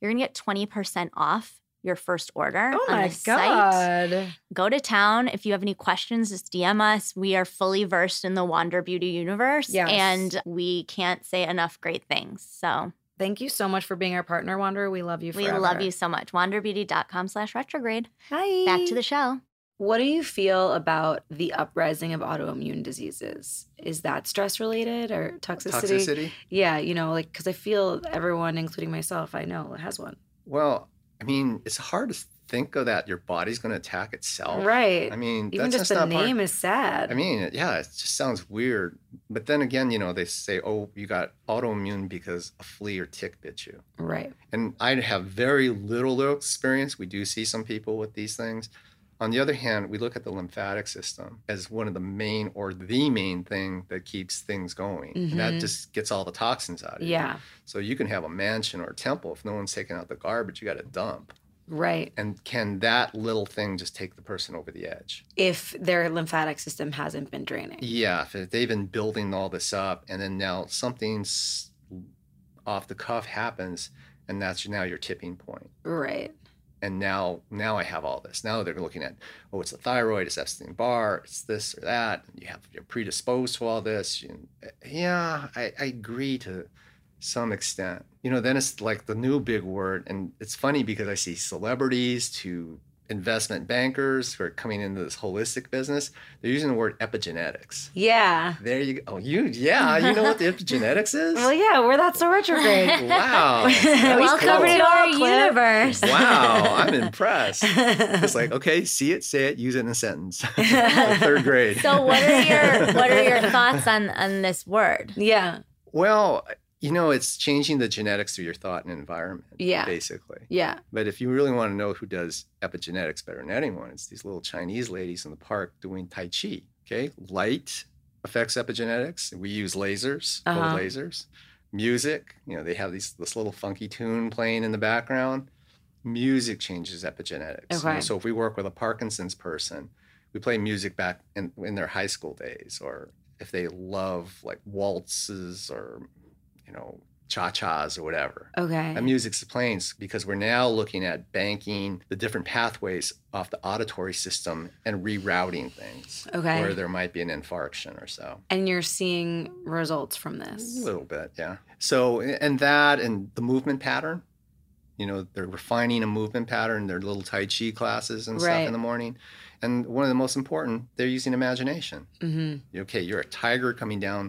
Speaker 2: you're going to get 20% off your first order
Speaker 3: Oh
Speaker 2: on
Speaker 3: my
Speaker 2: the site.
Speaker 3: god!
Speaker 2: Go to town. If you have any questions, just DM us. We are fully versed in the Wander Beauty universe
Speaker 3: Yes.
Speaker 2: and we can't say enough great things. So
Speaker 3: Thank you so much for being our partner, Wanderer. We love you.
Speaker 2: we
Speaker 3: Forever.
Speaker 2: love you so much. WanderBeauty.com slash retrograde.
Speaker 3: Bye.
Speaker 2: Back to the show.
Speaker 3: What do you feel about the uprising of autoimmune diseases? Is that stress related or
Speaker 4: Toxicity?
Speaker 3: Yeah, you know, like because I feel everyone, including myself, I know has one.
Speaker 4: Well, I mean, it's hard to think of that. Your body's going to attack itself.
Speaker 3: Right.
Speaker 4: Oh, I mean,
Speaker 3: Even just
Speaker 4: that's
Speaker 3: the
Speaker 4: not part-
Speaker 3: name is sad.
Speaker 4: I mean, it- yeah, it just sounds weird. But then again, you know, they say, oh, you got autoimmune because a flea or tick bit you.
Speaker 3: right.
Speaker 4: And I have very little, little experience. We do see some people with these things. On the other hand, we look at the lymphatic system as one of the main or the main thing that keeps things going. And that
Speaker 3: Mhm.
Speaker 4: just gets all the toxins out of you.
Speaker 3: Yeah.
Speaker 4: So you can have a mansion or a temple. If no one's taking out the garbage, you got a dump.
Speaker 3: Right.
Speaker 4: And can that little thing just take the person over the edge?
Speaker 3: If their lymphatic system hasn't been draining.
Speaker 4: Yeah, if they've been building all this up and then now something's off the cuff happens and that's now your tipping point.
Speaker 3: Right.
Speaker 4: And now now I have all this. Now they're looking at, oh, it's the thyroid, it's Epstein Barr, it's this or that. You have you're predisposed to all this. You- yeah, I, I agree to some extent. You know, then it's like the new big word. And it's funny because I see celebrities to investment bankers who are coming into this holistic business. They're using the word epigenetics.
Speaker 3: Yeah.
Speaker 4: There you go. Oh, you, yeah, you know
Speaker 2: (laughs)
Speaker 4: what the epigenetics
Speaker 2: Oh,
Speaker 4: is?
Speaker 3: Well, yeah, we're not so
Speaker 4: (laughs)
Speaker 3: retrograde.
Speaker 4: Wow.
Speaker 2: (laughs)
Speaker 4: That was
Speaker 2: Welcome
Speaker 4: cool. (laughs)
Speaker 2: to our
Speaker 3: Clip.
Speaker 2: universe.
Speaker 4: Wow, I'm impressed.
Speaker 2: (laughs)
Speaker 4: It's like, okay, see it, say it, use it in a sentence. Like Third grade.
Speaker 2: So what are your what are your thoughts on on this word?
Speaker 3: yeah.
Speaker 4: well, you know, it's changing the genetics through your thought and environment.
Speaker 3: Yeah.
Speaker 4: Basically.
Speaker 3: Yeah.
Speaker 4: But if you really want to know who does epigenetics better than anyone, it's these little Chinese ladies in the park doing Tai Chi. Okay. Light affects epigenetics. We use lasers, cold
Speaker 3: Uh-huh.
Speaker 4: lasers. Music, you know, they have these this little funky tune playing in the background. Music changes epigenetics. you know.
Speaker 3: Okay.
Speaker 4: So if we work with a Parkinson's person, we play music back in, in their high school days, or if they love like waltzes or, you know, cha chas or whatever
Speaker 3: Okay.
Speaker 4: that music's playing s- because we're now looking at banking the different pathways off the auditory system and rerouting things
Speaker 3: Okay.
Speaker 4: where there might be an infarction or so.
Speaker 3: and you're seeing results from
Speaker 4: A
Speaker 3: this.
Speaker 4: little bit, yeah. So, a- and that and the movement pattern, you know, they're refining a movement pattern, their little Tai Chi classes and stuff
Speaker 3: Right.
Speaker 4: in the morning. And one of the most important, they're using imagination.
Speaker 3: hmm
Speaker 4: Okay, you're a tiger coming down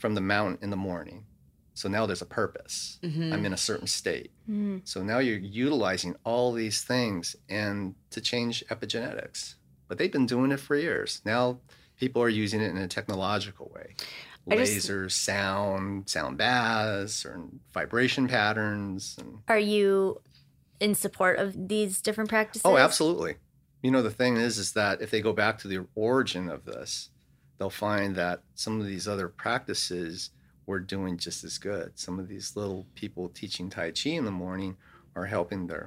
Speaker 4: from the mountain in the morning. So now there's a purpose.
Speaker 3: Mhm.
Speaker 4: I'm in a certain state.
Speaker 3: Mm-hmm.
Speaker 2: Mm,
Speaker 4: So now you're utilizing all these things and to change epigenetics. But they've been doing it for years. Now people are using it in a technological way.
Speaker 3: I just-
Speaker 4: Laser, sound, sound baths, or vibration patterns. And,
Speaker 2: Are you in support of these different practices?
Speaker 4: oh, absolutely. You know, the thing is, is that if they go back to the origin of this, they'll find that some of these other practices were doing just as good. Some of these little people teaching Tai Chi in the morning are helping their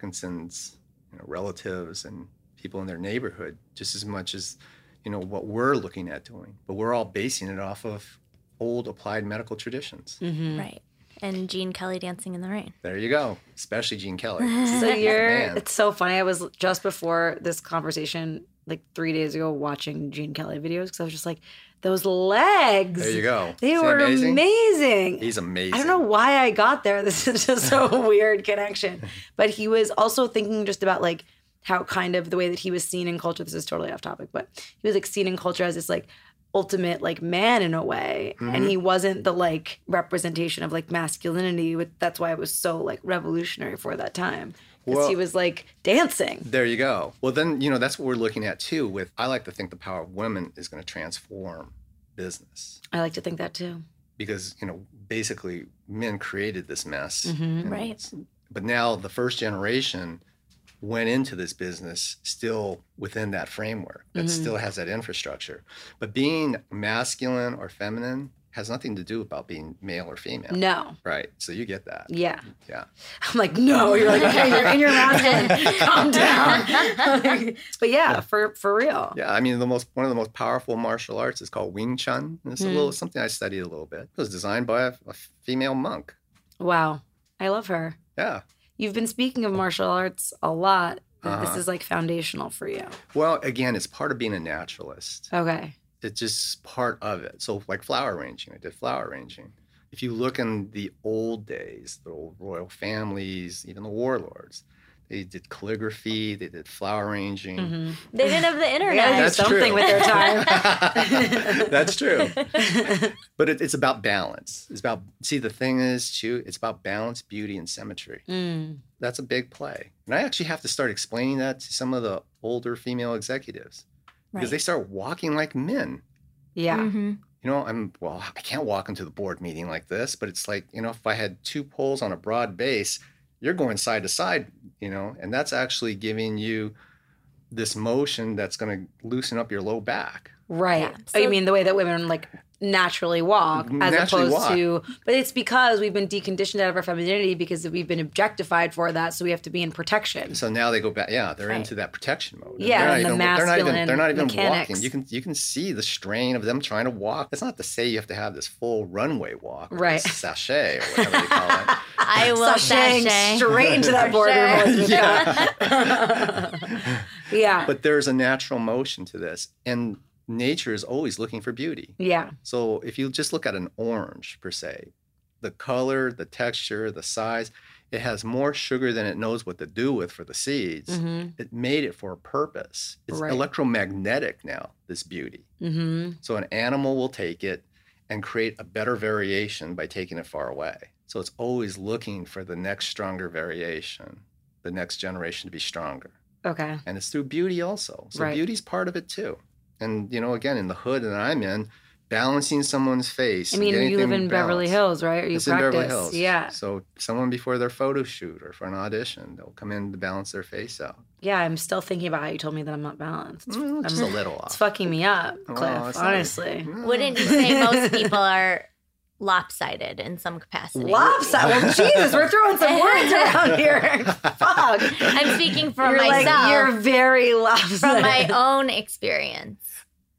Speaker 4: Parkinson's you know, relatives and people in their neighborhood just as much as you know what we're looking at doing. But we're all basing it off of old applied medical traditions.
Speaker 3: Mm-hmm.
Speaker 2: Right. And Gene Kelly dancing in the rain.
Speaker 4: There you go, especially Gene Kelly.
Speaker 3: (laughs)
Speaker 4: (laughs)
Speaker 3: So you're.
Speaker 4: Man.
Speaker 3: It's so funny. I was just before this conversation, like three days ago, watching Gene Kelly videos because I was just like, those legs.
Speaker 4: There you go.
Speaker 3: They
Speaker 4: Isn't that
Speaker 3: were
Speaker 4: amazing?
Speaker 3: amazing.
Speaker 4: He's amazing.
Speaker 3: I don't know why I got there. (laughs) This is just
Speaker 4: (laughs)
Speaker 3: a weird connection. But he was also thinking just about like how kind of the way that he was seen in culture. This is totally off topic, but he was like seen in culture as this like ultimate like man in a way.
Speaker 4: Mm-hmm.
Speaker 3: And he wasn't the like representation of like masculinity, which that's why it was so like revolutionary for that time. Because
Speaker 4: Well-
Speaker 3: he was like dancing.
Speaker 4: There you go. Well, then, you know, that's what we're looking at too. With I like to think the power of women is going to transform business
Speaker 3: I like to think that too.
Speaker 4: because, you know, basically men created this mess. And
Speaker 2: Right.
Speaker 4: s- But now the first generation went into this business still within that framework that still has that infrastructure. But being masculine or feminine has nothing to do about being male or female.
Speaker 3: No.
Speaker 4: Right. So you get that.
Speaker 3: Yeah.
Speaker 4: Yeah.
Speaker 3: I'm like, no. You're like, okay, you're in your
Speaker 4: (laughs)
Speaker 3: masculine. Calm down.
Speaker 5: (laughs)
Speaker 3: but yeah, for for real.
Speaker 4: Yeah, I mean the most one of the most powerful martial arts is called Wing Chun. And it's a little something I studied a little bit. It was designed by a, a female monk.
Speaker 3: Wow. I love her.
Speaker 4: Yeah.
Speaker 3: You've been speaking of martial arts a lot. and This
Speaker 4: Uh-huh.
Speaker 3: is like foundational for you.
Speaker 4: Well, again, it's part of being a naturalist.
Speaker 3: Okay.
Speaker 4: It's just part of it. So like flower arranging, I did flower arranging. If you look in the old days, the old royal families, even the warlords, they did calligraphy, they did flower arranging.
Speaker 3: Mm-hmm.
Speaker 2: They didn't (laughs) have the internet.
Speaker 3: do
Speaker 4: That's
Speaker 3: something
Speaker 4: true.
Speaker 3: with their time.
Speaker 4: (laughs) That's true.
Speaker 3: (laughs)
Speaker 4: But it, it's about balance. It's about see the thing is too. It's about balance, beauty, and symmetry.
Speaker 3: Mm-hmm. Mm.
Speaker 4: That's a big play, and I actually have to start explaining that to some of the older female executives because they start walking like men.
Speaker 3: Yeah.
Speaker 2: hmm
Speaker 4: You know, I'm well. I can't walk into the board meeting like this, but it's like you know, if I had two poles on a broad base, you're going side to side. You know, and that's actually giving you this motion that's going to loosen up your low back.
Speaker 3: Right.
Speaker 2: Yeah.
Speaker 3: oh, you
Speaker 2: So-
Speaker 3: mean the way that women like naturally walk as
Speaker 4: Naturally
Speaker 3: opposed
Speaker 4: walk.
Speaker 3: to but it's because we've been deconditioned out of our femininity because we've been objectified for that so we have to be in protection
Speaker 4: So now they go back. Yeah, they're
Speaker 2: Right.
Speaker 4: into that protection mode.
Speaker 3: Yeah, and
Speaker 4: they're
Speaker 3: the
Speaker 4: even, they're not even, they're not
Speaker 3: masculine
Speaker 4: even
Speaker 3: mechanics.
Speaker 4: walking. You can you can see the strain of them trying to walk. That's not to say you have to have this full runway walk, or this
Speaker 3: Right.
Speaker 4: Sachet or whatever they call it.
Speaker 2: I will
Speaker 3: Sashaying
Speaker 2: sashay.
Speaker 3: straight into (laughs) that
Speaker 2: For
Speaker 3: boardroom
Speaker 2: sure.
Speaker 3: with (laughs) yeah. yeah
Speaker 4: (laughs) But there's a natural motion to this, and nature is always looking for beauty.
Speaker 3: yeah
Speaker 4: So if you just look at an orange per se, the color, the texture, the size, it has more sugar than it knows what to do with for the seeds.
Speaker 3: mm-hmm.
Speaker 4: It made it for a purpose. It's
Speaker 3: Right.
Speaker 4: electromagnetic now, this beauty.
Speaker 3: Mm-hmm.
Speaker 4: So an animal will take it and create a better variation by taking it far away. So it's always looking for the next stronger variation, the next generation to be stronger.
Speaker 3: okay
Speaker 4: And it's through beauty also. So
Speaker 3: Right.
Speaker 4: beauty's part of it too. And you know, again, in the hood that I'm in, balancing someone's face.
Speaker 3: i
Speaker 4: and
Speaker 3: mean
Speaker 4: getting
Speaker 3: you live
Speaker 4: things
Speaker 3: in beverly
Speaker 4: balanced.
Speaker 3: hills right or you
Speaker 4: It's
Speaker 3: practice
Speaker 4: in Beverly Hills.
Speaker 3: yeah
Speaker 4: So someone before their photo shoot or for an audition, they'll come in to balance their face out.
Speaker 3: yeah i'm still thinking about how you told me that i'm not balanced it's,
Speaker 4: Mm, just a
Speaker 3: I'm-
Speaker 4: little
Speaker 3: Um, it's
Speaker 4: off.
Speaker 3: fucking me up
Speaker 4: Well,
Speaker 3: cliff
Speaker 4: it's not-
Speaker 3: honestly
Speaker 4: Mm,
Speaker 2: Wouldn't
Speaker 4: (laughs)
Speaker 2: you say most people
Speaker 3: (laughs)
Speaker 2: are lopsided in some capacity?
Speaker 4: Mm.
Speaker 3: Lopsided.
Speaker 4: (laughs)
Speaker 3: Well, Jesus, we're throwing some words around here. Fuck.
Speaker 2: I'm speaking for
Speaker 3: you're
Speaker 2: myself
Speaker 3: like you're very
Speaker 2: from
Speaker 3: lopsided. (laughs)
Speaker 2: my own experience.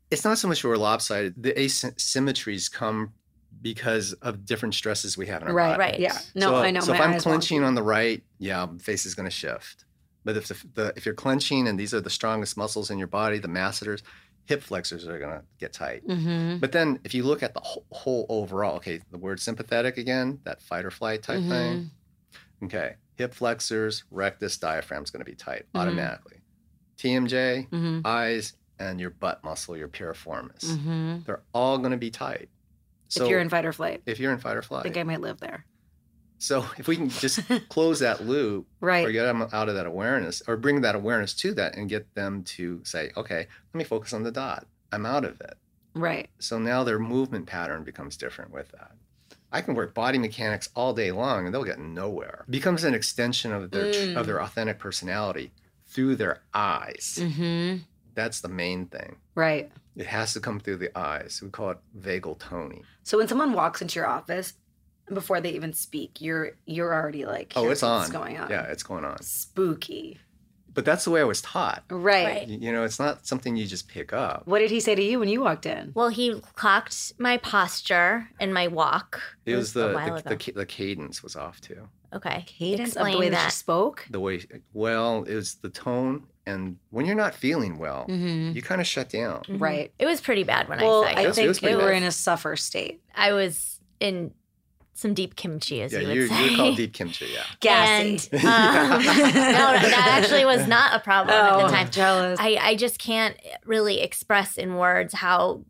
Speaker 4: it's not so much we're lopsided. The asymmetries come because of different stresses we have in our
Speaker 3: Right,
Speaker 4: body.
Speaker 2: right.
Speaker 3: yeah. No,
Speaker 4: so,
Speaker 3: I know.
Speaker 4: So
Speaker 3: my
Speaker 4: if I'm
Speaker 3: eyes wonk.
Speaker 4: clenching on the right, yeah, my face is going to shift. But if the, the if you're clenching and these are the strongest muscles in your body, the masseters, hip flexors are going to get tight.
Speaker 3: Mhm.
Speaker 4: But then if you look at the whole, whole overall, okay, the word sympathetic again, that fight or flight
Speaker 3: Mm-hmm.
Speaker 4: type thing. Okay, hip flexors, rectus, diaphragm's going to be tight
Speaker 3: Mhm.
Speaker 4: automatically. TMJ,
Speaker 3: Mhm.
Speaker 4: eyes, and your butt muscle, your piriformis.
Speaker 3: Mhm.
Speaker 4: They're all going to be tight. So
Speaker 3: if you're in fight or flight,
Speaker 4: if you're in fight or
Speaker 3: I
Speaker 4: flight,
Speaker 3: think I might live there.
Speaker 4: so if we
Speaker 3: (laughs)
Speaker 4: can just close that loop
Speaker 3: Right.
Speaker 4: or get them out of that awareness or bring that awareness to that and get them to say, okay, let me focus on the dot. I'm out of it.
Speaker 3: Right.
Speaker 4: So now their movement pattern becomes different with that. I can work body mechanics all day long and they'll get nowhere. It becomes an extension of their tr- of
Speaker 3: Mm.
Speaker 4: their authentic personality through their eyes.
Speaker 3: Mhm.
Speaker 4: That's the main thing.
Speaker 3: Right.
Speaker 4: It has to come through the eyes. We call it vagal toning.
Speaker 3: So when someone walks into your office, before they even speak, you're you're already like,
Speaker 4: Oh,
Speaker 3: "Here's
Speaker 4: it's on.
Speaker 3: what's going on.
Speaker 4: Yeah, it's going on.
Speaker 3: Spooky.
Speaker 4: But that's the way I was taught.
Speaker 3: Right.
Speaker 2: Right.
Speaker 4: You you know, it's not something you just pick up.
Speaker 3: What did he say to you when you walked in?
Speaker 2: Well, he clocked my posture and my walk.
Speaker 4: It was
Speaker 2: a
Speaker 4: the
Speaker 2: while
Speaker 4: the, the,
Speaker 2: ago.
Speaker 4: ca- the cadence was off too.
Speaker 2: okay.
Speaker 3: Cadence of the
Speaker 2: Explain
Speaker 3: way that, she
Speaker 2: that.
Speaker 3: spoke.
Speaker 4: The way well, it was the tone, and when you're not feeling well,
Speaker 2: Mm-hmm.
Speaker 3: Mhm.
Speaker 4: you kind of shut down.
Speaker 3: Right.
Speaker 2: It was pretty bad when
Speaker 3: Well,
Speaker 2: I saw
Speaker 3: I
Speaker 2: you.
Speaker 4: Yes, it was
Speaker 3: think
Speaker 4: pretty
Speaker 3: you were
Speaker 4: bad.
Speaker 3: in a suffer state.
Speaker 2: I was in some deep kimchi, as
Speaker 4: Yeah,
Speaker 2: you would
Speaker 4: you
Speaker 2: say.
Speaker 4: you
Speaker 2: (laughs)
Speaker 4: call deep kimchi. Yeah,
Speaker 3: Gassy.
Speaker 2: And, um, no,
Speaker 3: (laughs)
Speaker 2: no, that actually was not a problem at
Speaker 3: oh,
Speaker 2: the time.
Speaker 3: jealous.
Speaker 2: I, I just can't really express in words how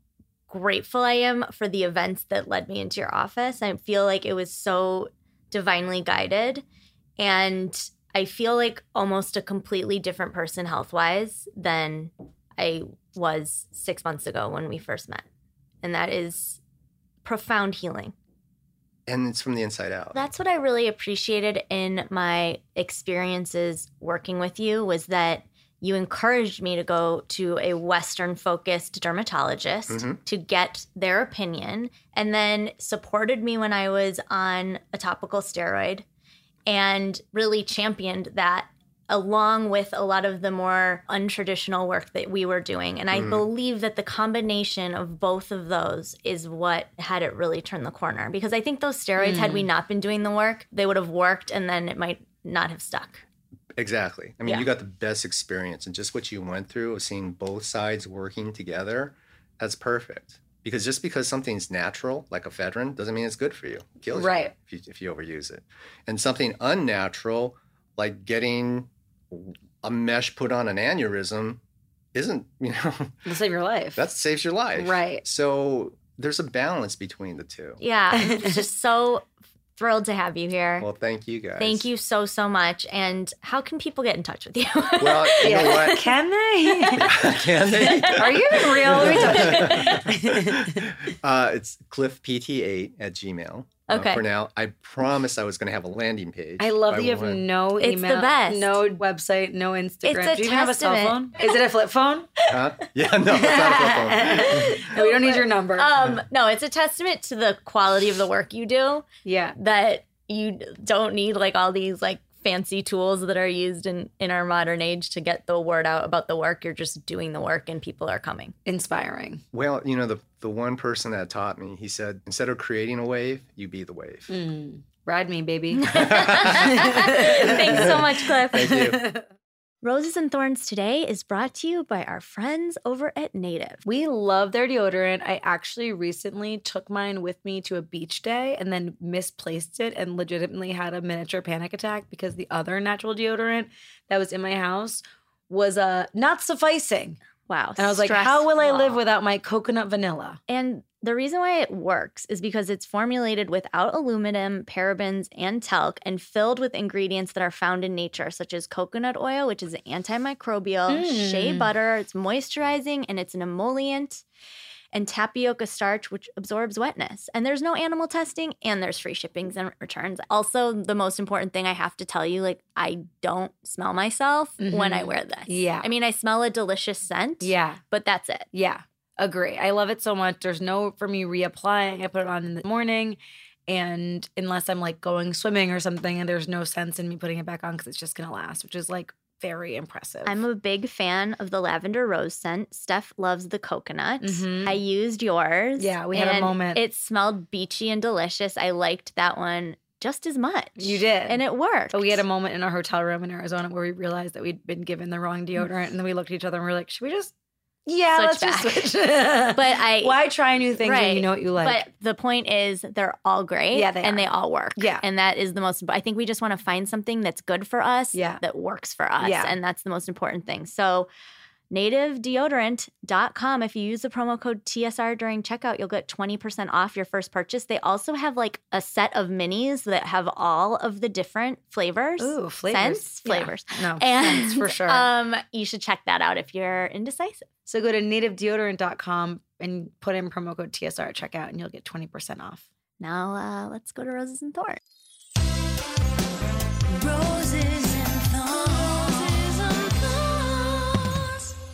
Speaker 2: grateful I am for the events that led me into your office. I feel like it was so divinely guided. And I feel like almost a completely different person health wise than I was six months ago when we first met. And that is profound healing.
Speaker 4: and it's from the inside out.
Speaker 2: That's what I really appreciated in my experiences working with you was that you encouraged me to go to a Western focused dermatologist
Speaker 4: Mhm.
Speaker 2: to get their opinion and then supported me when I was on a topical steroid and really championed that along with a lot of the more untraditional work that we were doing. And I
Speaker 4: Mm-hmm.
Speaker 2: believe that the combination of both of those is what had it really turn the corner because I think those steroids, had we not been doing the work, they would have worked and then it might not have stuck.
Speaker 4: exactly. I mean,
Speaker 2: Yeah.
Speaker 4: you got the best experience, and just what you went through of seeing both sides working together, that's perfect. Because just because something's natural, like ephedrine, doesn't mean it's good for you. It kills you
Speaker 3: Right.
Speaker 4: if you if you overuse it, and something unnatural, like getting a mesh put on an aneurysm, isn't (laughs) you know
Speaker 3: It'll save your life.
Speaker 4: that saves your life.
Speaker 3: Right.
Speaker 4: So there's a balance between the two.
Speaker 2: Yeah, I'm just so thrilled to have you here.
Speaker 4: Well, thank you guys.
Speaker 2: Thank you so, so much. And how can people get in touch with you? (laughs)
Speaker 4: Well,
Speaker 3: (laughs)
Speaker 4: you know what? (laughs)
Speaker 3: Can they?
Speaker 4: Can they?
Speaker 3: Are you even
Speaker 4: (laughs)
Speaker 3: real? Let me touch it.
Speaker 4: uh, it's cliffpt8 at gmail. uh,
Speaker 2: Okay.
Speaker 4: for now. I promised I was going to have a landing page.
Speaker 3: I love
Speaker 4: by
Speaker 3: that you have
Speaker 4: one.
Speaker 3: no
Speaker 2: It's the
Speaker 3: email,
Speaker 2: best.
Speaker 3: no website, no Instagram.
Speaker 2: It's a
Speaker 3: Do you even have a cell phone?
Speaker 2: testament.
Speaker 3: Is it a
Speaker 2: (laughs)
Speaker 3: flip phone?
Speaker 4: Huh? Yeah, no, it's not a flip
Speaker 3: (laughs)
Speaker 4: phone.
Speaker 3: we don't need your number.
Speaker 2: Um, no, it's a testament to the quality of the work you do
Speaker 3: yeah.
Speaker 2: that you don't need like all these like fancy tools that are used in in our modern age to get the word out about the work. You're just doing the work and people are coming. (laughs)
Speaker 3: Inspiring.
Speaker 4: Well, you know, the, the one person that taught me, he said, instead of creating a wave, you be the wave.
Speaker 3: Mm. Ride me,
Speaker 4: (laughs)
Speaker 3: baby.
Speaker 2: (laughs) Thanks
Speaker 3: (laughs)
Speaker 2: so much, Cliff.
Speaker 4: Thank you.
Speaker 2: Roses and Thorns today is brought to you by our friends over at Native.
Speaker 3: We love their deodorant. I actually recently took mine with me to a beach day and then misplaced it and legitimately had a miniature panic attack because the other natural deodorant that was in my house was uh, not sufficing.
Speaker 2: Wow.
Speaker 3: And I was like, how will I live without my coconut vanilla?
Speaker 2: And the reason why it works is because it's formulated without aluminum, parabens, and talc, and filled with ingredients that are found in nature, such as coconut oil, which is antimicrobial,
Speaker 3: Mm.
Speaker 2: shea butter, it's moisturizing, and it's an emollient, and tapioca starch, which absorbs wetness. And there's no animal testing, and there's free shippings and returns. Also, the most important thing I have to tell you like, I don't smell myself when I wear this.
Speaker 3: Mm-hmm. Yeah.
Speaker 2: I mean, I smell a delicious scent.
Speaker 3: Yeah.
Speaker 2: But that's it.
Speaker 3: Yeah, agree. I love it so much. There's no for me reapplying. I put it on in the morning. And unless I'm like going swimming or something, and there's no sense in me putting it back on because it's just gonna last, which is like very impressive.
Speaker 2: I'm a big fan of the lavender rose scent. Steph loves the coconut.
Speaker 3: Mhm.
Speaker 2: I used yours.
Speaker 3: Yeah, we had a
Speaker 2: and
Speaker 3: moment.
Speaker 2: It smelled beachy and delicious. I liked that one just as much.
Speaker 3: You did.
Speaker 2: And it worked.
Speaker 3: But we had a moment in our hotel room in Arizona where we realized that we'd been given the wrong deodorant, and then we looked at each other and we are like, "Should we just, yeah,
Speaker 2: Switch
Speaker 3: let's
Speaker 2: back."
Speaker 3: just switch." (laughs) but
Speaker 2: But I-
Speaker 3: why try new things when you
Speaker 2: Right.
Speaker 3: know what you like?
Speaker 2: But the point is, they're all great.
Speaker 3: Yeah, they
Speaker 2: And
Speaker 3: are.
Speaker 2: they all work.
Speaker 3: Yeah.
Speaker 2: And that is the most, I think we just want to find something that's good for us,
Speaker 3: Yeah.
Speaker 2: that works for us.
Speaker 3: Yeah.
Speaker 2: And that's the most important thing. So, nativedeodorant.com, if you use the promo code TSR during checkout, you'll get 20% off your first purchase. They also have like a set of minis that have all of the different flavors.
Speaker 3: Ooh, flavors, uh,
Speaker 2: Scents,
Speaker 3: Yeah.
Speaker 2: flavors.
Speaker 3: (laughs) No,
Speaker 2: And
Speaker 3: scents for sure.
Speaker 2: Um, you should check that out if you're indecisive.
Speaker 3: so go to nativedeodorant.com and put in promo code TSR at checkout, and you'll get twenty percent off.
Speaker 2: Now uh, let's go to Roses and Thorns.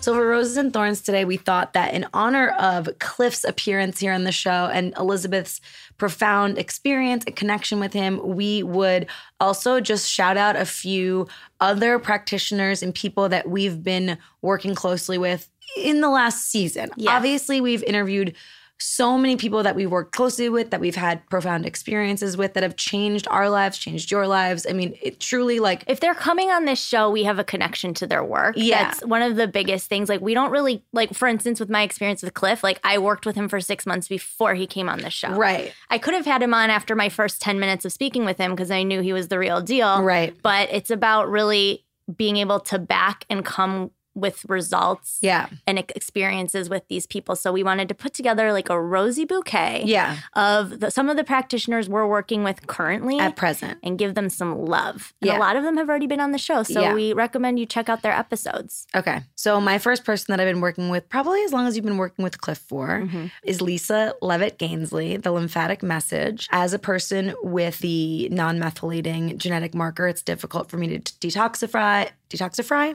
Speaker 3: So for Roses and Thorns today, we thought that in honor of Cliff's appearance here on the show and Elizabeth's profound experience and connection with him, we would also just shout out a few other practitioners and people that we've been working closely with in the last season.
Speaker 2: Yeah.
Speaker 3: Obviously, we've interviewed so many people that we've worked closely with, that we've had profound experiences with, that have changed our lives, changed your lives. I mean, it truly like
Speaker 2: if they're coming on this show, we have a connection to their work.
Speaker 3: Yeah.
Speaker 2: That's one of the biggest things. Like, we don't really, like, for instance, with my experience with Cliff, like, I worked with him for six months before he came on this show.
Speaker 3: Right.
Speaker 2: I could have had him on after my first 10 minutes of speaking with him because I knew he was the real deal.
Speaker 3: Right.
Speaker 2: But it's about really being able to back and come with results
Speaker 3: Yeah.
Speaker 2: and ex- experiences with these people. So we wanted to put together like a rosy bouquet
Speaker 3: Yeah.
Speaker 2: of the, some of the practitioners we're working with currently
Speaker 3: At present.
Speaker 2: and give them some love. And a
Speaker 3: Yeah.
Speaker 2: lot of them have already been on the show, so
Speaker 3: Yeah.
Speaker 2: we recommend you check out their episodes.
Speaker 3: Okay. So my first person that I've been working with, probably as long as you've been working with Cliff for, is Lisa Levitt Gainsley, the lymphatic message. As a person with the non-methylating genetic marker, it's difficult for me to t- detoxify detoxify.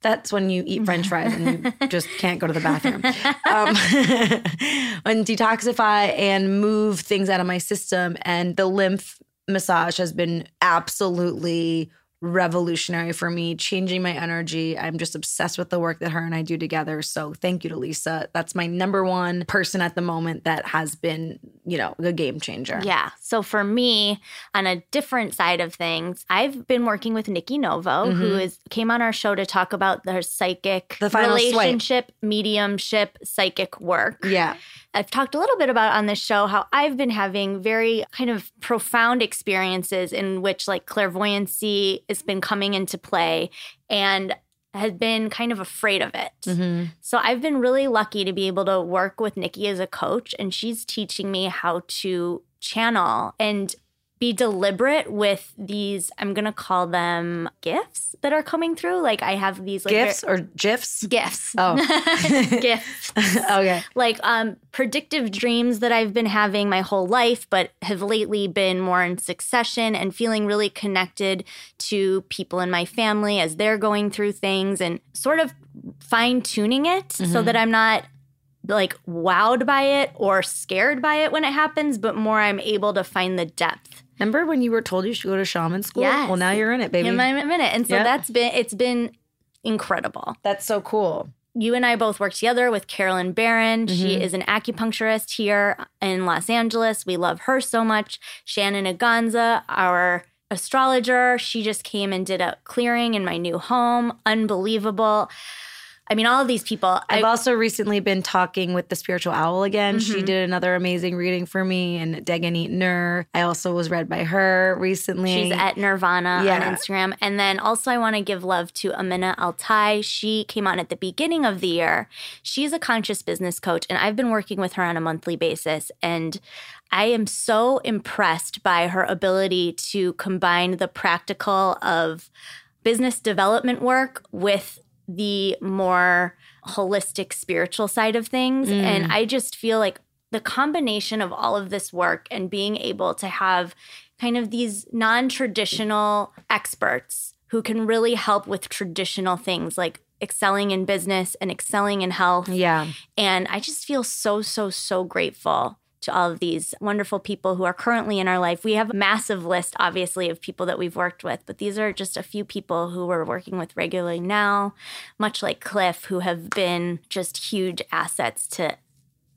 Speaker 3: That's when you eat French fries and
Speaker 2: (laughs)
Speaker 3: you just can't go to the bathroom. Um, (laughs) and detoxify and move things out of my system. And the lymph massage has been absolutely revolutionary for me, changing my energy. I'm just obsessed with the work that her and I do together. So thank you to Lisa. That's my number one person at the moment that has been, you know, a game changer.
Speaker 2: Yeah. So for me, on a different side of things, I've been working with Nikki Novo, who is came on our show to talk about their psychic
Speaker 3: Mm-hmm. The final swipe.
Speaker 2: relationship, mediumship, psychic work.
Speaker 3: Yeah.
Speaker 2: I've talked a little bit about on this show how I've been having very kind of profound experiences in which like clairvoyancy has been coming into play and had been kind of afraid of it.
Speaker 3: Mm-hmm.
Speaker 2: So I've been really lucky to be able to work with Nikki as a coach and she's teaching me how to channel and be deliberate with these, I'm going to call them gifts that are coming through. Like I have these like uh,
Speaker 3: Gifts or GIFs?
Speaker 2: gifts.
Speaker 3: Oh.
Speaker 2: (laughs)
Speaker 3: (laughs)
Speaker 2: gifts.
Speaker 3: okay.
Speaker 2: Like um predictive dreams that I've been having my whole life but have lately been more in succession and feeling really connected to people in my family as they're going through things and sort of fine tuning it so that I'm not like wowed by it or scared by it when it happens but more I'm able to find the depth
Speaker 3: Remember when you were told you should go to shaman school?
Speaker 2: Yes.
Speaker 3: Well, now you're in it, baby.
Speaker 2: in my minute. And so
Speaker 3: Yeah.
Speaker 2: that's been it's been incredible.
Speaker 3: That's so cool.
Speaker 2: You and I both work together with Carolyn Barron. She is an acupuncturist here in Los Angeles. We love her so much. Shannon Aganza, our astrologer, she just came and did a clearing in my new home. Unbelievable. I mean, all of these people.
Speaker 3: I've
Speaker 2: I-
Speaker 3: also recently been talking with the spiritual owl again.
Speaker 2: Mm-hmm.
Speaker 3: She did another amazing reading for me and Dagan Eatner. I also was read by her recently.
Speaker 2: She's at Nirvana
Speaker 3: Yeah.
Speaker 2: on Instagram. And then also, I want to give love to Amina Altai. She came on at the beginning of the year. She's a conscious business coach, and I've been working with her on a monthly basis. And I am so impressed by her ability to combine the practical of business development work with the more holistic spiritual side of things. And I just feel like the combination of all of this work and being able to have kind of these non traditional experts who can really help with traditional things like excelling in business and excelling in health.
Speaker 3: yeah.
Speaker 2: And I just feel so, so, so grateful to all of these wonderful people who are currently in our life. We have a massive list, obviously, of people that we've worked with, but these are just a few people who we're working with regularly now, much like Cliff, who have been just huge assets to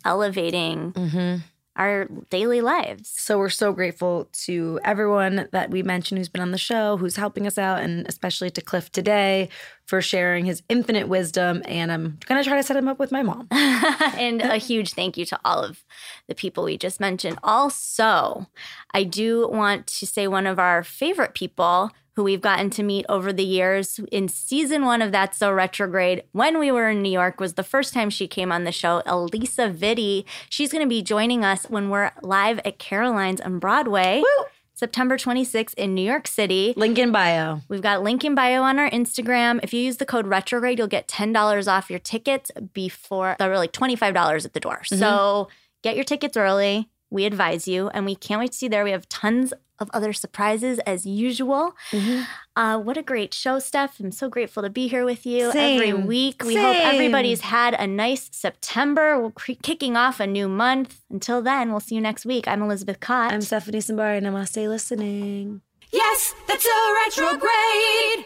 Speaker 2: elevating our daily lives.
Speaker 3: So we're so grateful to everyone that we mentioned who's been on the show, who's helping us out, and especially to Cliff today for sharing his infinite wisdom. And I'm gonna try to set him up with my mom.
Speaker 2: (laughs) and a huge thank you to all of the people we just mentioned. Also, I do want to say one of our favorite people who we've gotten to meet over the years in season one of That's So Retrograde when we were in New York was the first time she came on the show, Elisa Vitti. She's going to be joining us when we're live at Caroline's on Broadway. September 26th in New York City.
Speaker 3: Link in bio.
Speaker 2: We've got link in bio on our Instagram. If you use the code retrograde, you'll get $10 off your tickets before they're like $25 at the door.
Speaker 3: Mm-hmm.
Speaker 2: So get your tickets early. We advise you, and we can't wait to see you there. We have tons of other surprises as usual.
Speaker 3: Mm-hmm.
Speaker 2: Uh, what a great show, Steph. I'm so grateful to be here with you every
Speaker 3: Same.
Speaker 2: week. We hope
Speaker 3: Same.
Speaker 2: everybody's had a nice September. We're cre- kicking off a new month. Until then, we'll see you next week. I'm Elizabeth Cott.
Speaker 3: I'm Stephanie Sambari. Namaste listening.
Speaker 5: Yes, that's so retrograde.